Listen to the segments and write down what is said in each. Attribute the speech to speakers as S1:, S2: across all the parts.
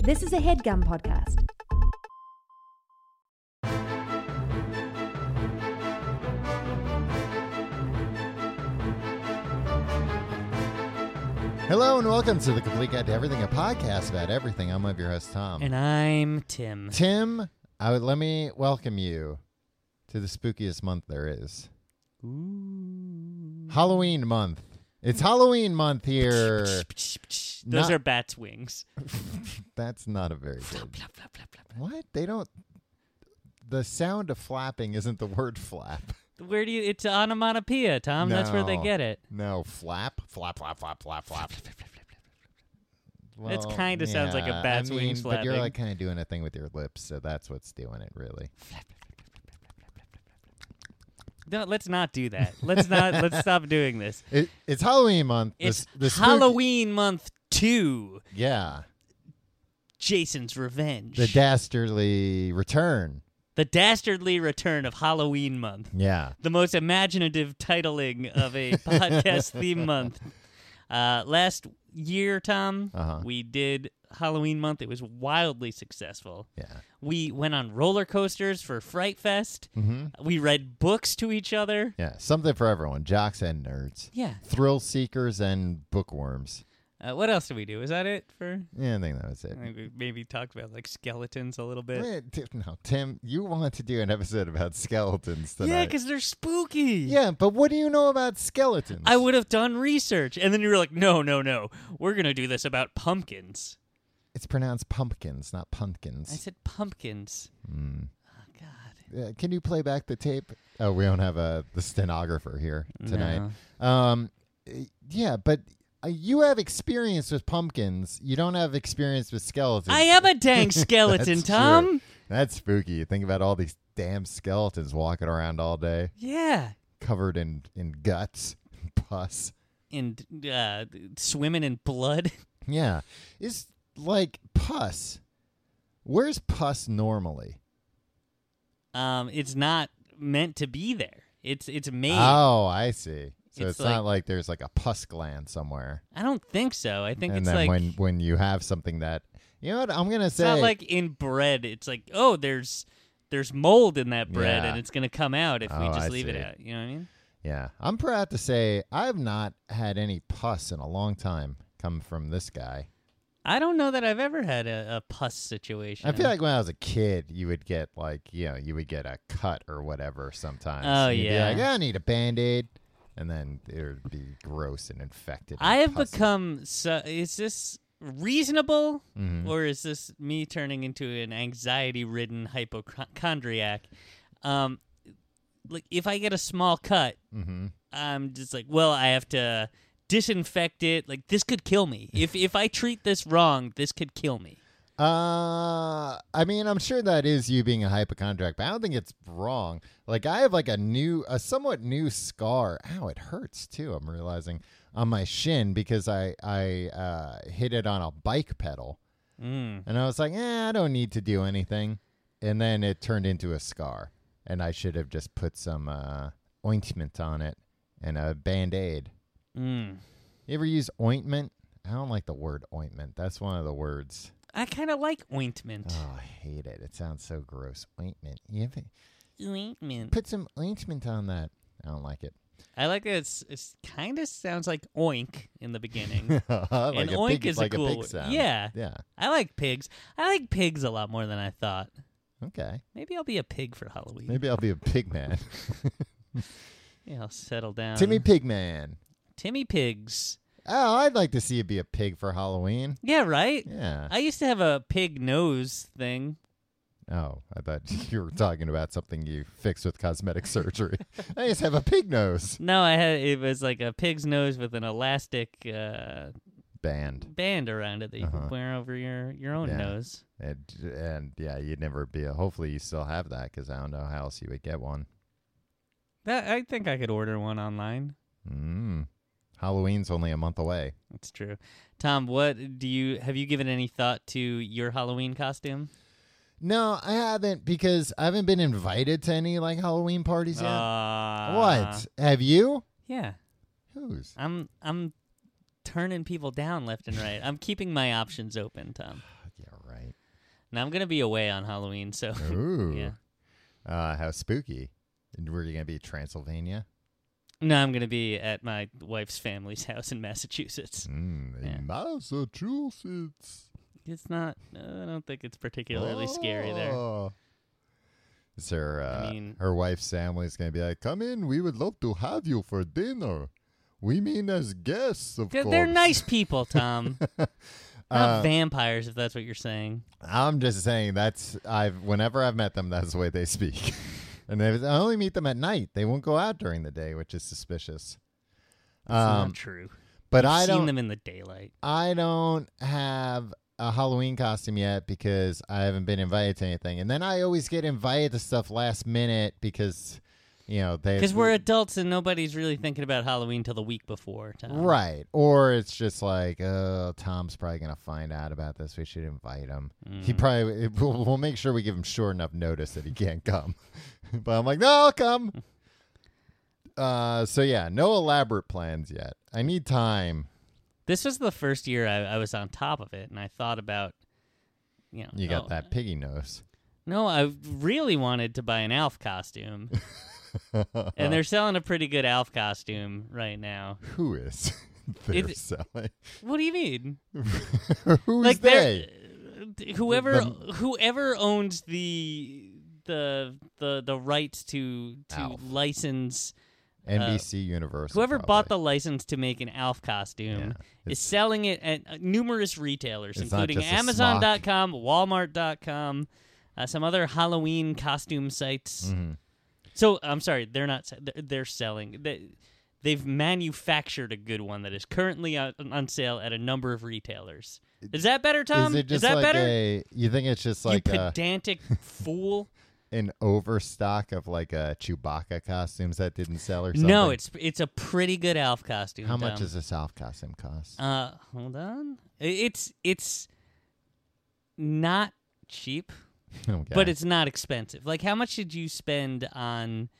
S1: This is a headgum podcast.
S2: Hello and welcome to the Complete Guide to Everything, a podcast about everything. I'm one of your hosts, Tom.
S3: And I'm Tim.
S2: Tim, I would let me welcome you to the spookiest month there is. Halloween month. It's Halloween month here.
S3: Those
S2: Not-
S3: are bats' wings.
S2: That's not a very good.
S3: Flap, flap, flap, flap.
S2: What? They don't. The sound of flapping isn't the word flap.
S3: Where do you? It's onomatopoeia, Tom. That's where they
S2: No.
S3: get it.
S2: No, flap, flap, flap, flap, flap, flap.
S3: That's
S2: Well,
S3: kinda sounds like a
S2: yeah,
S3: bat's
S2: I mean,
S3: wing
S2: But you're
S3: flapping.
S2: like kind of doing a thing with your lips, so that's what's doing it, really.
S3: No, let's not do that. Let's not. let's stop doing this.
S2: It, it's Halloween month. The
S3: It's
S2: s- the spook-
S3: Halloween month two.
S2: Yeah,
S3: Jason's revenge.
S2: the dastardly return.
S3: The dastardly return of Halloween month.
S2: Yeah,
S3: the most imaginative titling of a podcast theme month. Uh, last year, Tom,
S2: Uh-huh.
S3: we did Halloween month. It was wildly successful.
S2: yeah.
S3: We went on roller coasters for Fright Fest.
S2: Mm-hmm.
S3: We read books to each other.
S2: Yeah, something for everyone. Jocks and nerds,
S3: Yeah.
S2: thrill seekers and bookworms.
S3: Uh, what else did we do? Is that it for?
S2: Yeah, I think that was it.
S3: I think we maybe talked about like skeletons a little bit.
S2: Eh, t- No, Tim, you want to do an episode about skeletons tonight?
S3: yeah, because they're spooky.
S2: Yeah, but what do you know about skeletons?
S3: I would have done research, and then you were like, "No, no, no, we're gonna do this about pumpkins."
S2: It's pronounced pumpkins, not
S3: I
S2: pumpkins.
S3: said pumpkins.
S2: Mm.
S3: Oh, God.
S2: Uh, can you play back the tape? Oh, we don't have a the stenographer here tonight.
S3: No.
S2: Um, eh, yeah, but uh, you have experience with pumpkins. You don't have experience with skeletons.
S3: I am a dang skeleton,
S2: That's true.
S3: Tom.
S2: That's spooky. Think about all these damn skeletons walking around all day,
S3: Yeah.
S2: covered in in guts, pus.
S3: And uh, swimming in blood.
S2: Yeah, it's like pus. Where's pus normally?
S3: Um, it's not meant to be there. It's it's made.
S2: Oh, I see. So it's,
S3: It's
S2: not like there's like a pus gland somewhere.
S3: I don't think so. I think
S2: and
S3: it's
S2: then
S3: like
S2: when when you have something that you know what I'm gonna
S3: it's
S2: say
S3: not like in bread. It's like oh, there's there's mold in that bread,
S2: Yeah.
S3: and it's gonna come out if we
S2: Oh,
S3: just
S2: I
S3: leave
S2: see.
S3: it out. You know what I mean?
S2: yeah I'm proud to say I've not had any pus in a long time come from this guy.
S3: I don't know that I've ever had a, a pus situation.
S2: I feel like when I was a kid you would get like you know you would get a cut or whatever sometimes.
S3: Oh,
S2: You'd be
S3: yeah.
S2: like, I need a band aid and then it would be gross and infected. and
S3: I have
S2: pussy.
S3: become so. Is this reasonable,
S2: Mhm.
S3: or is this me turning into an anxiety-ridden hypochondriac? Um, like if I get a small cut,
S2: Mhm.
S3: I'm just like, well, I have to disinfect it. Like this could kill me. if if I treat this wrong, this could kill me.
S2: Uh, I mean, I'm sure that is you being a hypochondriac, but I don't think it's wrong. Like, I have like a new, a somewhat new scar. Ow, it hurts too. I'm realizing on my shin because I I uh, hit it on a bike pedal,
S3: Mm.
S2: and I was like, eh, I don't need to do anything, and then it turned into a scar, and I should have just put some uh, ointment on it and a band aid.
S3: Mm.
S2: You ever use ointment? I don't like the word ointment. That's one of the words.
S3: I kind of like ointment.
S2: Oh, I hate it. It sounds so gross. Ointment. You have to
S3: Ointment.
S2: put some ointment on that. I don't like it.
S3: I like that. It's, it's kind of sounds like oink in the beginning.
S2: like
S3: and
S2: a
S3: Mm. oink
S2: pig,
S3: is
S2: like
S3: a cool.
S2: a pig
S3: word.
S2: sound.
S3: Yeah.
S2: Yeah.
S3: I like pigs. I like pigs a lot more than I thought.
S2: Okay.
S3: Maybe I'll be a pig for Halloween.
S2: Maybe I'll be a pig man.
S3: Yeah, I'll settle down.
S2: Timmy Pigman.
S3: Timmy Pigs.
S2: Oh, I'd like to see you be a pig for Halloween.
S3: Yeah, right?
S2: Yeah.
S3: I used to have a pig nose thing.
S2: oh, I thought you were talking about something you fix with cosmetic surgery. I just have a pig nose
S3: No, I had it was like a pig's nose with an elastic uh,
S2: band.
S3: band around it that you
S2: Uh-huh.
S3: could wear over your, your own
S2: Yeah.
S3: nose.
S2: And, and yeah, you'd never be a. Hopefully, you still have that because I don't know how else you would get one.
S3: That I think I could order one online.
S2: Mm. Halloween's only a month away.
S3: That's true. Tom, what do you have you given any thought to your Halloween costume?
S2: No, I haven't because I haven't been invited to any like Halloween parties yet.
S3: Uh,
S2: what? Have you?
S3: Yeah.
S2: Who's?
S3: I'm I'm turning people down left and right. I'm keeping my options open, Tom.
S2: Yeah, right.
S3: And I'm gonna be away on Halloween, so
S2: Ooh.
S3: yeah.
S2: Uh, how spooky. And Were you going to be Transylvania?
S3: No, I'm gonna be at my wife's family's house in Massachusetts.
S2: Mm, in
S3: Yeah.
S2: Massachusetts.
S3: It's not. Uh, I don't think it's particularly scary there.
S2: Oh. Is her, uh,
S3: I mean-
S2: her wife's family's going to be like, come in, we would love to have you for dinner. We mean as guests, of
S3: They're,
S2: course.
S3: they're nice people, Tom.
S2: Uh,
S3: not vampires, if that's what you're saying.
S2: I'm just saying that's I've whenever I've met them, that's the way they speak. and they, I only meet them at night. They won't go out during the day, which is suspicious.
S3: That's
S2: Um,
S3: not true.
S2: but
S3: I've
S2: I
S3: seen
S2: don't.
S3: them in the daylight.
S2: I don't have a Halloween costume yet because I haven't been invited to anything. And then I always get invited to stuff last minute because you know they
S3: Because we're adults and nobody's really thinking about Halloween till the week before. Tom.
S2: right, or it's just like, oh, Tom's probably gonna find out about this. We should invite him. He
S3: Mm.
S2: probably we'll, we'll make sure we give him short enough notice that he can't come. but I'm like, no, I'll come. Uh, so yeah, no elaborate plans yet. I need time.
S3: This was the first year I, I was on top of it, and I thought about, you know,
S2: You got
S3: oh,
S2: that piggy nose.
S3: No, I really wanted to buy an Alf costume, and they're selling a pretty good Alf costume right now.
S2: Who is they're
S3: It-
S2: selling?
S3: What do you mean?
S2: Who's
S3: like
S2: they?
S3: they're uh, whoever
S2: The-
S3: whoever owns the the the the rights to to
S2: Alf.
S3: license
S2: NBC Universal.
S3: uh, whoever
S2: probably.
S3: bought the license to make an Alf costume is
S2: it's-
S3: selling it at uh, numerous retailers,
S2: It's not
S3: including
S2: just a
S3: Amazon.com, Walmart.com, uh, some other Halloween costume sites.
S2: Mhm.
S3: So I'm sorry, they're not. se- They're, they're selling. They, they've manufactured a good one that is currently on, on sale at a number of retailers. Is that better, Tom?
S2: Is it just
S3: that
S2: like
S3: better?
S2: a? You think it's just like
S3: you
S2: a,
S3: pedantic fool.
S2: an overstock of like a Chewbacca costumes that didn't sell or something?
S3: No, it's it's a pretty good Alf costume.
S2: how much
S3: Tom.
S2: does a South costume cost?
S3: Uh, hold on. I- It's it's not cheap,
S2: Okay.
S3: but it's not expensive. Like, how much did you spend on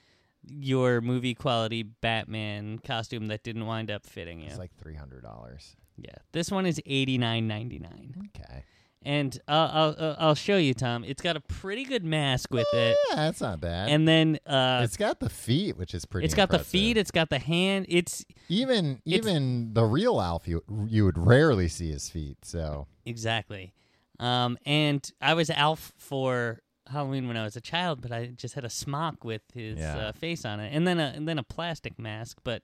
S3: your movie quality Batman costume that didn't wind up fitting you?
S2: It's like three hundred dollars.
S3: yeah, this one is eighty nine ninety nine,
S2: Okay.
S3: and uh, I'll uh, I'll show you, Tom. It's got a pretty good mask with it,
S2: Yeah, that's not bad.
S3: and then uh,
S2: it's got the feet, which is pretty.
S3: it's got the
S2: impressive.
S3: feet, it's got the hand, it's
S2: Even
S3: it's-
S2: even the real Alf, you you would rarely see his feet. So
S3: Exactly. Um, and I was Alf for Halloween when I was a child, but I just had a smock with his
S2: Yeah.
S3: uh, face on it, and then a and then a plastic mask, but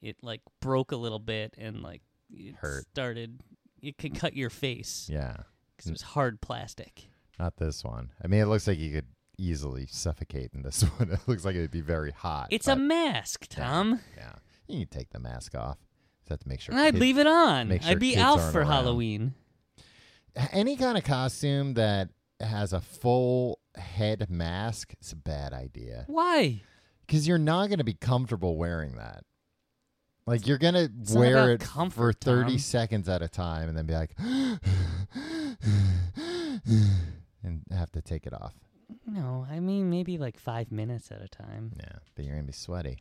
S3: it like broke a little bit and like it
S2: Hurt.
S3: started. It could cut your face
S2: yeah,
S3: because it was hard plastic.
S2: not this one. I mean, it looks like you could easily suffocate in this one. It looks like it would be very hot.
S3: It's a
S2: but,
S3: mask, Tom.
S2: yeah. You can take the mask off. Just have to make sure.
S3: And I'd
S2: kids-
S3: leave it on.
S2: make sure
S3: I'd be
S2: kids
S3: Alf
S2: aren't
S3: for
S2: around.
S3: Halloween.
S2: any kind of costume that has a full head mask. It's a bad idea.
S3: Why?
S2: because you're not going to be comfortable wearing that. Like you're going to
S3: not about
S2: wear it for
S3: comfort,
S2: 30
S3: Tom.
S2: seconds at a time and then be like, and have to take it off.
S3: No, I mean maybe like five minutes at a time.
S2: Yeah, but you're going to be sweaty.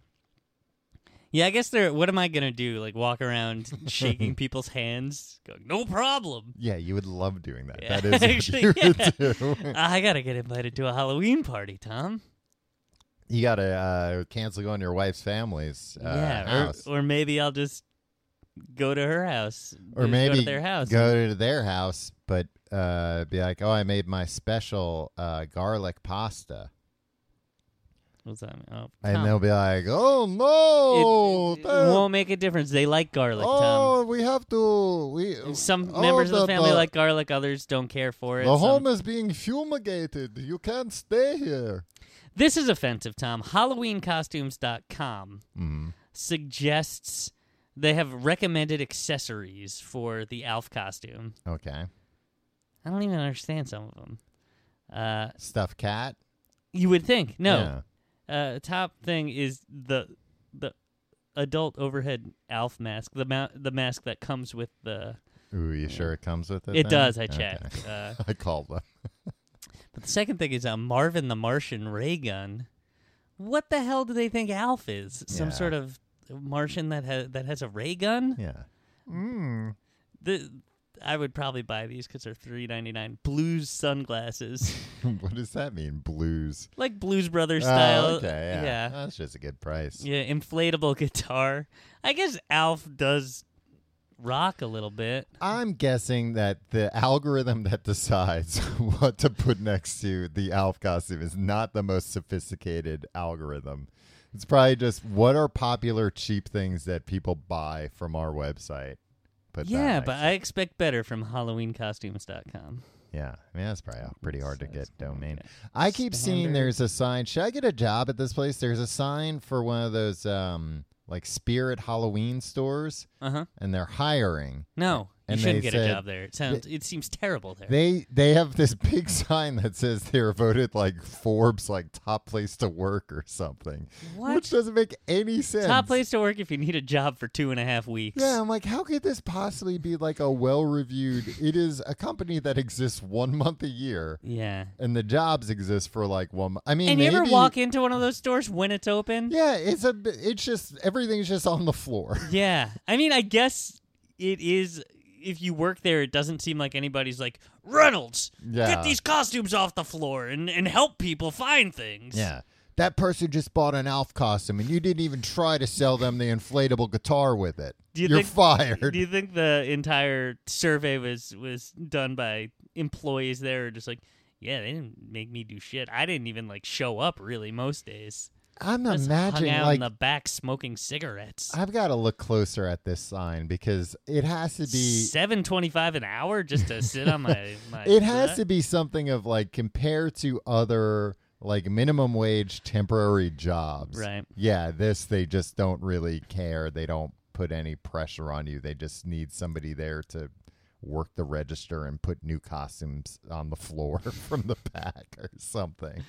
S3: Yeah, I guess they're. What am I gonna do? Like walk around shaking people's hands, going, "No problem."
S2: Yeah, you would love doing that.
S3: Yeah,
S2: that is
S3: actually,
S2: what you
S3: yeah.
S2: would do.
S3: I gotta get invited to a Halloween party, Tom.
S2: you got to uh, cancel going to your wife's family's uh,
S3: yeah,
S2: house.
S3: or, or maybe I'll just go to her house,
S2: Or
S3: just go
S2: maybe
S3: to their house.
S2: Go to their house, but uh, be like, oh, I made my special uh, garlic pasta.
S3: What's that? mean? Oh,
S2: And
S3: Tom,
S2: they'll be like, "Oh
S3: it-
S2: no,
S3: it,
S2: that-
S3: won't make a difference. They like garlic,
S2: oh, we have to. We
S3: Tom. Some
S2: oh,
S3: members of the family
S2: the,
S3: like garlic, others don't care for it.
S2: The
S3: Some-
S2: home is being fumigated. You can't stay here."
S3: This is offensive, Tom. HalloweenCostumes.com
S2: Mm-hmm.
S3: suggests they have recommended accessories for the Alf costume.
S2: Okay,
S3: I don't even understand some of them. Uh,
S2: stuffed cat.
S3: you would think no.
S2: Yeah.
S3: Uh, top thing is the the adult overhead Alf mask, the ma- the mask that comes with the.
S2: Ooh, you sure it comes with it?
S3: It
S2: then?
S3: does. I
S2: Okay.
S3: checked. Uh,
S2: I called them.
S3: but the second thing is a Marvin the Martian ray gun. What the hell do they think Alf is? Some
S2: Yeah.
S3: sort of Martian that has that has a ray gun?
S2: Yeah. Mm.
S3: the I would probably buy these because they're three ninety nine. Blues sunglasses,
S2: what does that mean? Blues.
S3: like Blues Brothers
S2: Oh,
S3: style.
S2: okay, yeah.
S3: yeah.
S2: That's just a good price.
S3: Yeah, inflatable guitar. I guess Alf does rock a little bit.
S2: I'm guessing that the algorithm that decides what to put next to the Alf costume is not the most sophisticated algorithm. It's probably just what are popular cheap things that people buy from our website. Put that
S3: yeah,
S2: next
S3: but
S2: to-
S3: I expect better from HalloweenCostumes.com.
S2: Yeah, I mean that's probably pretty hard to get
S3: That's-
S2: domain.
S3: okay.
S2: I keep seeing
S3: Standard.
S2: there's a sign. Should I get a job at this place? There's a sign for one of those um like Spirit Halloween stores,
S3: Uh huh.
S2: and they're hiring.
S3: No, you
S2: And they
S3: shouldn't get
S2: said-
S3: a job there. It sounds. it seems terrible there.
S2: They they have this big sign that says they were voted like Forbes like top place to work or something,
S3: what?
S2: which doesn't make any sense.
S3: Top place to work if you need a job for two and a half weeks.
S2: Yeah, I'm like, how could this possibly be like a well reviewed? It is a company that exists one month a year,
S3: Yeah.
S2: and the jobs exist for like one. mo- I mean,
S3: And you ever
S2: maybe-
S3: walk into one of those stores when it's open?
S2: Yeah, it's a. bi- It's just everything's just on the floor.
S3: Yeah. I mean, I guess it is. If you work there, it doesn't seem like anybody's like, Reynolds,
S2: Yeah.
S3: get these costumes off the floor and, and help people find things.
S2: Yeah. That person just bought an Alf costume, and you didn't even try to sell them the inflatable guitar with it.
S3: Do you
S2: are
S3: think-
S2: fired.
S3: Do you think the entire survey was was done by employees there, or just like, yeah, they didn't make me do shit. I didn't even like show up really most days.
S2: I'm
S3: I just
S2: imagining
S3: hung out
S2: like
S3: in the back smoking cigarettes.
S2: I've got to look closer at this sign because it has to be.
S3: Seven twenty-five an hour just to sit on my. my
S2: It has
S3: butt?
S2: to be something of like compared to other like minimum wage temporary jobs.
S3: Right.
S2: Yeah, this they just don't really care. They don't put any pressure on you. They just need somebody there to work the register and put new costumes on the floor from the back or something.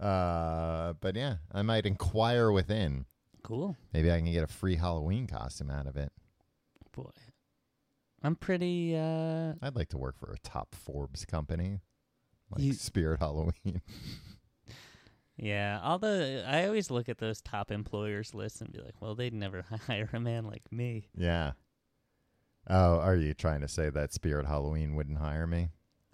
S2: Uh, but yeah, I might inquire within.
S3: cool.
S2: Maybe I can get a free Halloween costume out of it.
S3: boy. I'm pretty uh
S2: I'd like to work for a top Forbes company, like
S3: You-
S2: Spirit Halloween.
S3: yeah, all the I always look at those top employers lists and be like, well, they'd never hire a man like me.
S2: yeah. Oh, are you trying to say that Spirit Halloween wouldn't hire me?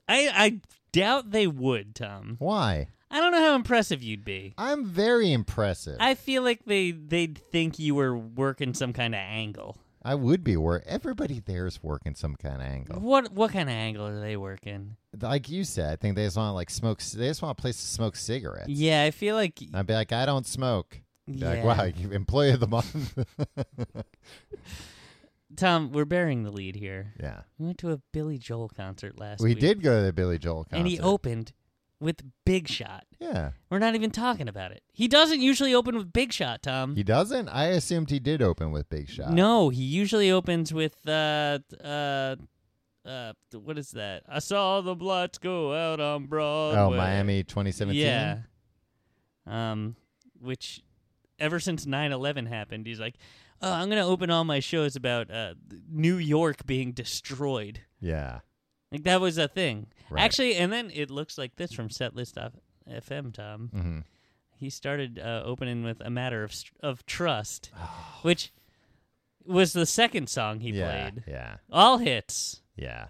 S3: I I doubt they would, Tom.
S2: Why?
S3: I don't know how impressive you'd be.
S2: I'm very impressive. I,
S3: I feel like they they'd think you were working some kind of angle.
S2: would be where everybody there's working some kind of angle.
S3: What what kind of angle are they working?
S2: Like you said, I think they just want to like smoke. c- They just want a place to smoke cigarettes.
S3: Yeah, I feel like
S2: I'd be like, I don't smoke. Uh, Be
S3: yeah.
S2: Like, wow, you employee of the month.
S3: Tom, we're burying the lead here.
S2: yeah,
S3: We went to a Billy Joel concert last
S2: we
S3: week.
S2: did go to the Billy Joel concert.
S3: and he Mm-hmm. opened with Big Shot.
S2: Yeah,
S3: We're not even talking about it. He doesn't usually open with Big Shot, Tom.
S2: he doesn't. I assumed he did open with Big Shot.
S3: No, he usually opens with uh uh uh what is that? I saw the lights go out on Broadway.
S2: Oh, Miami 2017.
S3: Yeah. Um which ever since 9/11 happened, he's like, "Oh, I'm going to open all my shows about uh New York being destroyed."
S2: Yeah.
S3: Like that was a thing.
S2: Right.
S3: Actually, and then it looks like this from setlist.fm, Tom.
S2: Mm-hmm.
S3: he started uh, opening with a matter of St- of trust, which was the second song he
S2: Oh. yeah,
S3: played.
S2: Yeah.
S3: All hits.
S2: Yeah.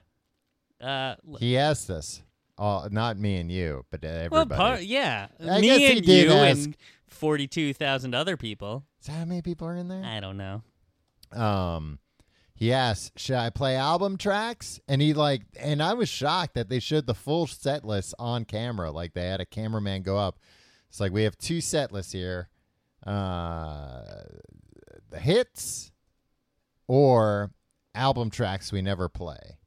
S3: Uh, l-
S2: He asked us. Uh, not me and you, but everybody.
S3: well, part yeah,
S2: I
S3: me
S2: guess he
S3: and
S2: did
S3: you
S2: ask.
S3: and forty two thousand other people.
S2: Is that how many people are in there?
S3: I don't know.
S2: Um, he asked, "Should I play album tracks?" And he like, and I was shocked that they showed the full set list on camera. Like they had a cameraman go up. It's like we have two set lists here: uh, the hits or album tracks we never play.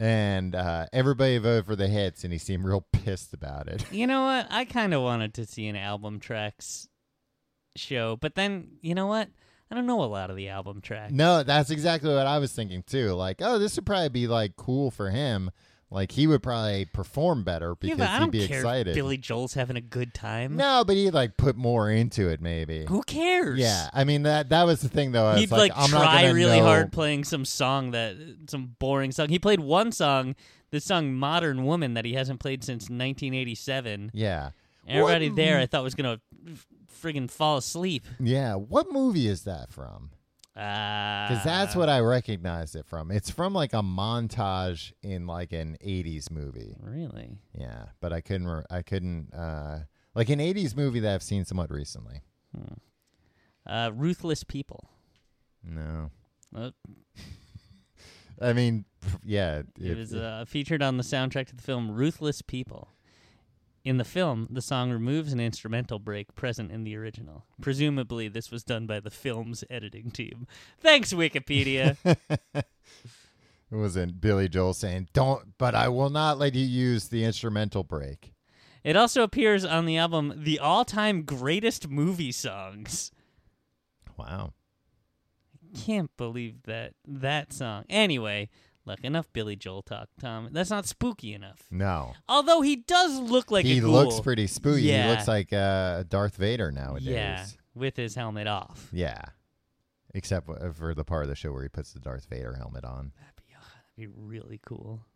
S2: And uh, everybody voted for the hits, and he seemed real pissed about it.
S3: You know what? I kind of wanted to see an album tracks show, but then you know what? I don't know a lot of the album tracks.
S2: No, that's exactly what I was thinking too. Like, oh, this would probably be like cool for him. Like he would probably perform better
S3: yeah,
S2: because
S3: but I
S2: he'd
S3: don't
S2: be
S3: care
S2: excited.
S3: if Billy Joel's having a good time.
S2: no, but he like put more into it maybe.
S3: Who cares?
S2: Yeah, I mean that that was the thing though. I
S3: He'd
S2: was like,
S3: like,
S2: I'm not
S3: try
S2: gonna
S3: really
S2: know-
S3: hard playing some song that some boring song. He played one song, the song "Modern Woman" that he hasn't played since 1987.
S2: Yeah,
S3: Everybody
S2: What-
S3: there, I thought was gonna f- friggin' fall asleep.
S2: yeah. What movie is that from?
S3: Because Uh,
S2: because that's what I recognized it from. It's from like a montage in like an '80s movie.
S3: Really?
S2: Yeah, but I couldn't. Re- I couldn't. Uh, like an '80s movie that I've seen somewhat recently.
S3: Uh, ruthless people.
S2: No,
S3: Uh,
S2: I mean, pff, yeah, it,
S3: It was uh, featured on the soundtrack to the film Ruthless People. In the film, the song removes an instrumental break present in the original. Presumably, this was done by the film's editing team. Thanks, Wikipedia.
S2: it wasn't Billy Joel saying "Don't," but I will not let you use the instrumental break.
S3: it also appears on the album The All Time Greatest Movie Songs.
S2: Wow.
S3: Can't believe that that song. Anyway, look, enough Billy Joel talk, Tom. That's not spooky enough.
S2: No,
S3: Although he does look like
S2: he
S3: a ghoul.
S2: looks pretty spooky.
S3: Yeah.
S2: He looks like uh, Darth Vader nowadays.
S3: Yeah, with his helmet off.
S2: Yeah. Except w- uh, for the part of the show where he puts the Darth Vader helmet on.
S3: That'd be, ah, that'd be really cool.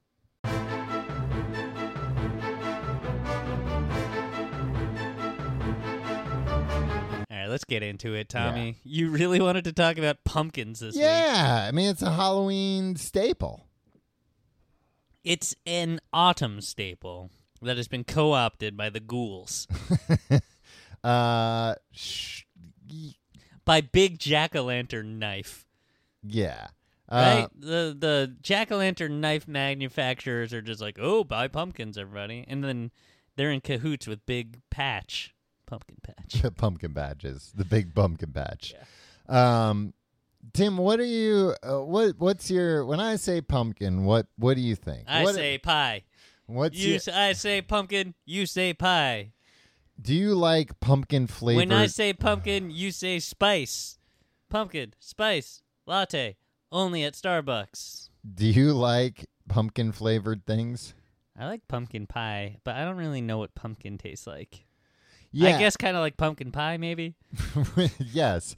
S3: All right, let's get into it, Tommy. You really wanted to talk about pumpkins this week.
S2: Yeah, I mean it's a Halloween staple.
S3: It's an autumn staple that has been co-opted by the ghouls,
S2: Uh, sh- y-
S3: by big jack-o'-lantern knife.
S2: yeah.
S3: Right?
S2: Uh,
S3: the the jack o' lantern knife manufacturers are just like, oh, buy pumpkins, everybody, and then they're in cahoots with Big Patch, Pumpkin Patch.
S2: pumpkin badges, the big pumpkin badge. Um, Tim, what are you? Uh, what what's your? When I say pumpkin, what what do you think?
S3: I
S2: what,
S3: say pie.
S2: what's
S3: You,
S2: your,
S3: s I I say pumpkin. You say pie.
S2: do you like pumpkin flavored?
S3: When I say pumpkin, you say spice. Pumpkin spice latte only at Starbucks.
S2: do you like pumpkin flavored things?
S3: I like pumpkin pie, but I don't really know what pumpkin tastes like.
S2: Yeah,
S3: I guess kind of like pumpkin pie, maybe.
S2: yes,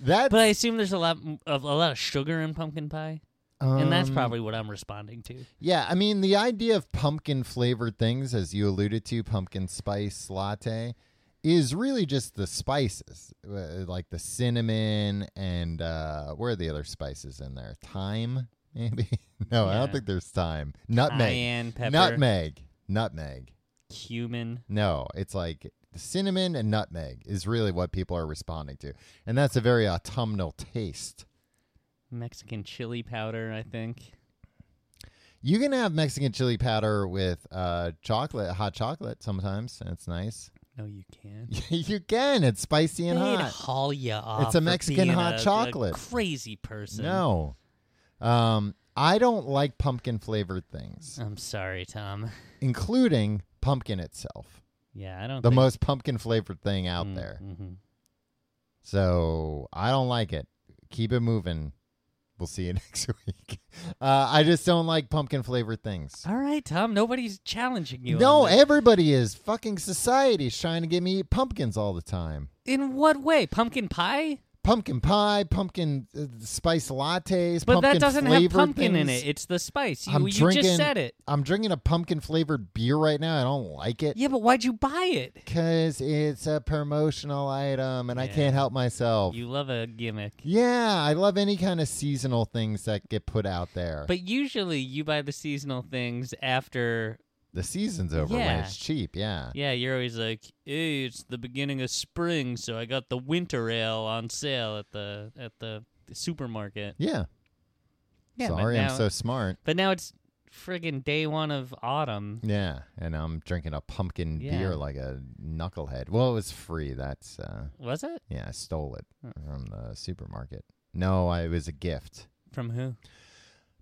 S2: that.
S3: But I assume there's a lot m- of a lot of sugar in pumpkin pie. and that's
S2: um,
S3: probably what I'm responding to.
S2: Yeah, I mean the idea of pumpkin flavored things, as you alluded to, pumpkin spice latte, is really just the spices, uh, like the cinnamon and uh, where are the other spices in there? Thyme, maybe? no, I
S3: Yeah.
S2: don't think there's thyme. Nutmeg,
S3: Cayenne pepper,
S2: nutmeg, nutmeg.
S3: cumin.
S2: No, it's like cinnamon and nutmeg is really what people are responding to, and that's a very autumnal taste.
S3: Mexican chili powder, I think.
S2: You can have Mexican chili powder with uh, chocolate, hot chocolate sometimes, and it's nice.
S3: No, you can't.
S2: you can. It's spicy and
S3: They'd
S2: hot.
S3: haul you off.
S2: It's a
S3: for
S2: Mexican
S3: being
S2: hot
S3: a- a
S2: chocolate.
S3: crazy person.
S2: No. Um, I don't like pumpkin flavored things,
S3: I'm sorry, Tom.
S2: including pumpkin itself.
S3: Yeah, I don't.
S2: The
S3: think...
S2: most pumpkin flavored thing out
S3: Mm,
S2: there.
S3: mhm.
S2: So I don't like it. Keep it moving. We'll see you next week. Uh, I just don't like pumpkin flavored things.
S3: All right, Tom. Nobody's challenging you.
S2: No,
S3: on this.
S2: everybody is. Fucking society's trying to get me to eat pumpkins all the time.
S3: in what way? Pumpkin pie?
S2: pumpkin pie, pumpkin uh, spice lattes,
S3: But
S2: pumpkin
S3: that doesn't have
S2: flavored
S3: pumpkin in
S2: things.
S3: it. It's the spice. You,
S2: I'm
S3: you
S2: drinking,
S3: just said it.
S2: I'm drinking a pumpkin flavored beer right now. I don't like it
S3: Yeah, but why'd you buy it?
S2: because it's a promotional item and I
S3: Yeah.
S2: can't help myself.
S3: You love a gimmick.
S2: Oh. yeah, I love any kind of seasonal things that get put out there.
S3: But usually you buy the seasonal things after
S2: the season's over when
S3: Yeah.
S2: it's cheap. Yeah.
S3: Yeah, you're always like, hey, it's the beginning of spring, so I got the winter ale on sale at the at the supermarket.
S2: Yeah.
S3: Yeah, but
S2: Sorry,
S3: now-
S2: I'm so smart.
S3: But now it's friggin' day one of autumn.
S2: Yeah, and I'm drinking a pumpkin
S3: Yeah.
S2: beer like a knucklehead. Well, it was free. That's uh,
S3: Was it
S2: Yeah, I stole it
S3: Huh.
S2: from the supermarket. No, I, it was a gift.
S3: from who?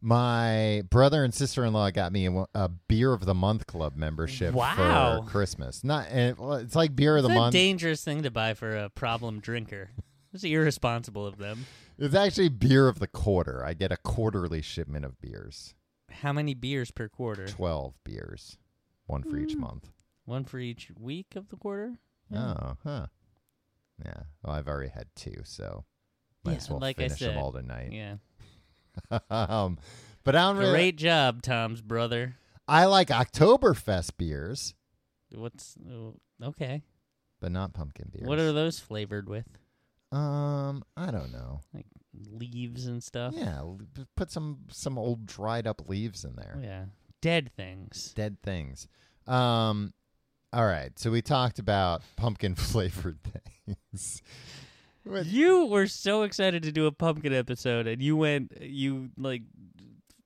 S2: My brother and sister in law got me a, a beer of the month club membership
S3: Wow.
S2: for Christmas. Not and it- well, it's like beer of
S3: It's
S2: the
S3: a
S2: month.
S3: dangerous thing to buy for a problem drinker. It's irresponsible of them.
S2: it's actually beer of the quarter. I get a quarterly shipment of beers,
S3: How many beers per quarter?
S2: twelve beers, one for each month.
S3: One for each week of the quarter. Mm. Yeah.
S2: Oh, huh. Yeah. Well, I've already had two, so might
S3: Yeah,
S2: as well
S3: like I
S2: finish them
S3: said.
S2: all tonight.
S3: Yeah.
S2: um, but I don't really.
S3: Great job, Tom's brother.
S2: I like Oktoberfest beers,
S3: What's oh, okay?
S2: but not pumpkin beers.
S3: What are those flavored with?
S2: Um, I don't know.
S3: leaves and stuff.
S2: Yeah, l- p- put some some old dried up leaves in there.
S3: Yeah. Dead things.
S2: Dead things. Um all right, so we talked about pumpkin flavored things. But-
S3: You were so excited to do a pumpkin episode, and you went, you like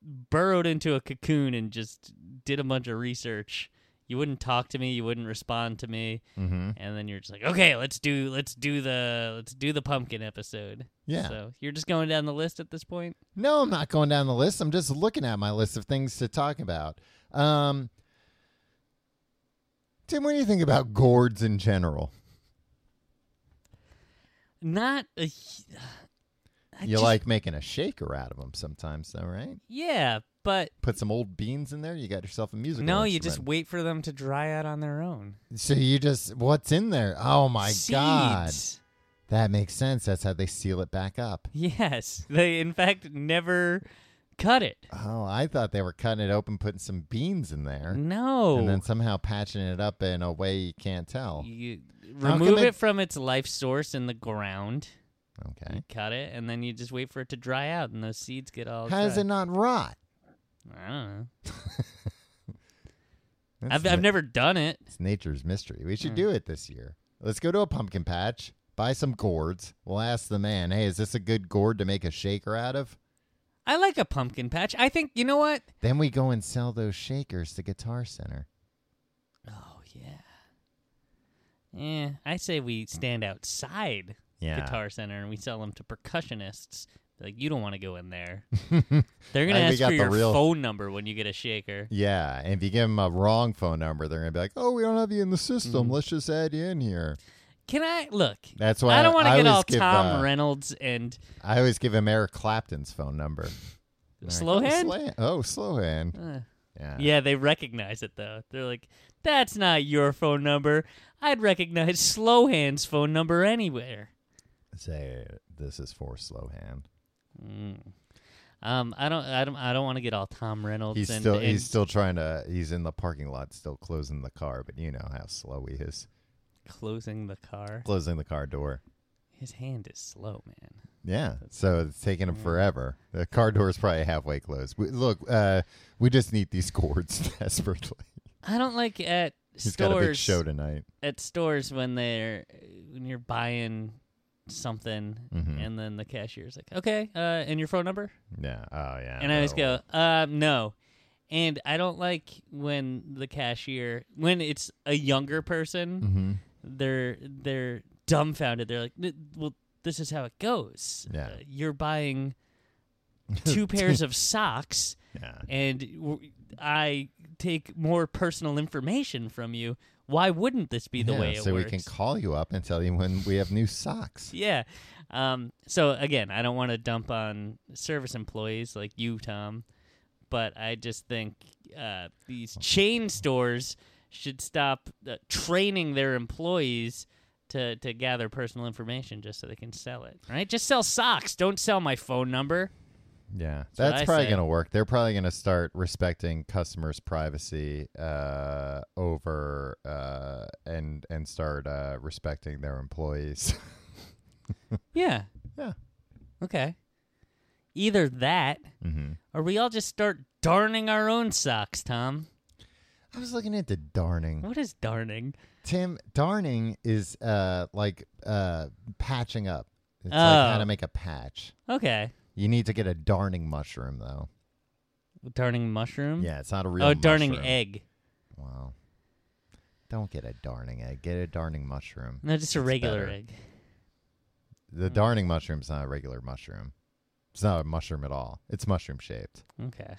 S3: burrowed into a cocoon and just did a bunch of research. You wouldn't talk to me, you wouldn't respond to me,
S2: Mhm.
S3: and then you're just like, okay, let's do, let's do the, let's do the pumpkin episode.
S2: Yeah.
S3: So you're just going down the list at this point.
S2: No, I'm not going down the list. I'm just looking at my list of things to talk about. Um Tim, what do you think about gourds in general?
S3: Not a. hu- I
S2: you
S3: just-
S2: like making a shaker out of them sometimes, though, right?
S3: Yeah, but
S2: Put some old beans in there. You got yourself a musical.
S3: no, you just
S2: instrument.
S3: wait for them to dry out on their own.
S2: So you just what's in there? Oh my god.
S3: Seeds.
S2: That makes sense. That's how they seal it back up.
S3: Yes, they in fact never cut it.
S2: Oh, I thought they were cutting it open, putting some beans in there,
S3: No,
S2: and then somehow patching it up in a way you can't tell.
S3: you
S2: How can
S3: remove
S2: they-
S3: it from its life source in the ground. You
S2: Okay.
S3: cut it, and then you just wait for it to dry out, and those seeds get all.
S2: How does
S3: dry.
S2: it not rot?
S3: I don't know.
S2: That's
S3: I've
S2: na-
S3: I've never done it.
S2: It's nature's mystery. We should
S3: Hmm.
S2: do it this year. Let's go to a pumpkin patch, buy some gourds. We'll ask the man, "Hey, is this a good gourd to make a shaker out of?"
S3: I like a pumpkin patch. I think you know what.
S2: Then we go and sell those shakers to Guitar Center.
S3: Oh yeah. Yeah, I say we stand outside
S2: Yeah.
S3: Guitar Center and we sell them to percussionists. Like you don't want to go in there. They're gonna
S2: I think we
S3: ask
S2: got
S3: for
S2: the
S3: your
S2: real-
S3: phone number when you get a shaker.
S2: Yeah, and if you give them a wrong phone number, they're gonna be like, "Oh, we don't have you in the system.
S3: Mhm.
S2: Let's just add you in here."
S3: Can I look?
S2: That's why
S3: I don't want to get
S2: always
S3: all
S2: give,
S3: Tom
S2: uh,
S3: Reynolds and
S2: I always give him Eric Clapton's phone number. They're like,
S3: Slow hand?
S2: Oh, Sla- oh, slow hand.
S3: Uh,
S2: Yeah.
S3: yeah, they recognize it though. They're like, "That's not your phone number. I'd recognize Slowhand's phone number anywhere."
S2: Say this is for slow hand.
S3: Mm. Um, I don't, I don't, I don't want to get all Tom Reynolds.
S2: He's
S3: and,
S2: still
S3: and-
S2: he's still trying to. He's in the parking lot, still closing the car. But you know how slow he is.
S3: closing the car.
S2: Closing the car door.
S3: His hand is slow, man.
S2: Yeah, so it's taking
S3: Mm.
S2: him forever. The car door is probably halfway closed. We, look, uh, we just need these cords desperately.
S3: I don't like at
S2: He's
S3: stores
S2: got a big show tonight.
S3: at stores when they're when you're buying something
S2: Mhm.
S3: and then the cashier's like, "Okay, uh, and your phone number?"
S2: Yeah. Oh yeah.
S3: and I always
S2: no.
S3: go, uh, no. And I don't like when the cashier, when it's a younger person,
S2: Mhm.
S3: they're they're dumbfounded. They're like, "Th- well, this is how it goes.
S2: Yeah.
S3: Uh, you're buying two pairs of socks,
S2: Yeah.
S3: and w- I take more personal information from you. Why wouldn't this be the
S2: yeah,
S3: way it
S2: so
S3: works?
S2: we can call you up and tell you when we have new socks.
S3: yeah. Um, so again, I don't want to dump on service employees like you, Tom, but I just think uh, these chain stores should stop uh, training their employees to to gather personal information just so they can sell it. Right? Just sell socks. Don't sell my phone number.
S2: Yeah,
S3: That's what
S2: that's
S3: I
S2: probably
S3: say.
S2: going to work. They're probably going to start respecting customers' privacy uh, over uh, and and start uh, respecting their employees.
S3: Yeah.
S2: Yeah.
S3: Okay. Either that,
S2: mm-hmm.
S3: or we all just start darning our own socks, Tom.
S2: I was looking into darning.
S3: What is darning?
S2: Tim, darning is uh, like uh, patching up. It's
S3: Oh.
S2: like how to make a patch.
S3: Okay.
S2: You need to get a darning mushroom, though.
S3: Darning mushroom?
S2: Yeah, it's not a real.
S3: Oh, darning
S2: mushroom.
S3: egg.
S2: Wow. Don't get a darning egg. Get a darning mushroom.
S3: No, just a
S2: That's
S3: regular
S2: better.
S3: egg.
S2: The
S3: Mm.
S2: darning mushroom's not a regular mushroom. It's not a mushroom at all. It's mushroom shaped.
S3: Okay.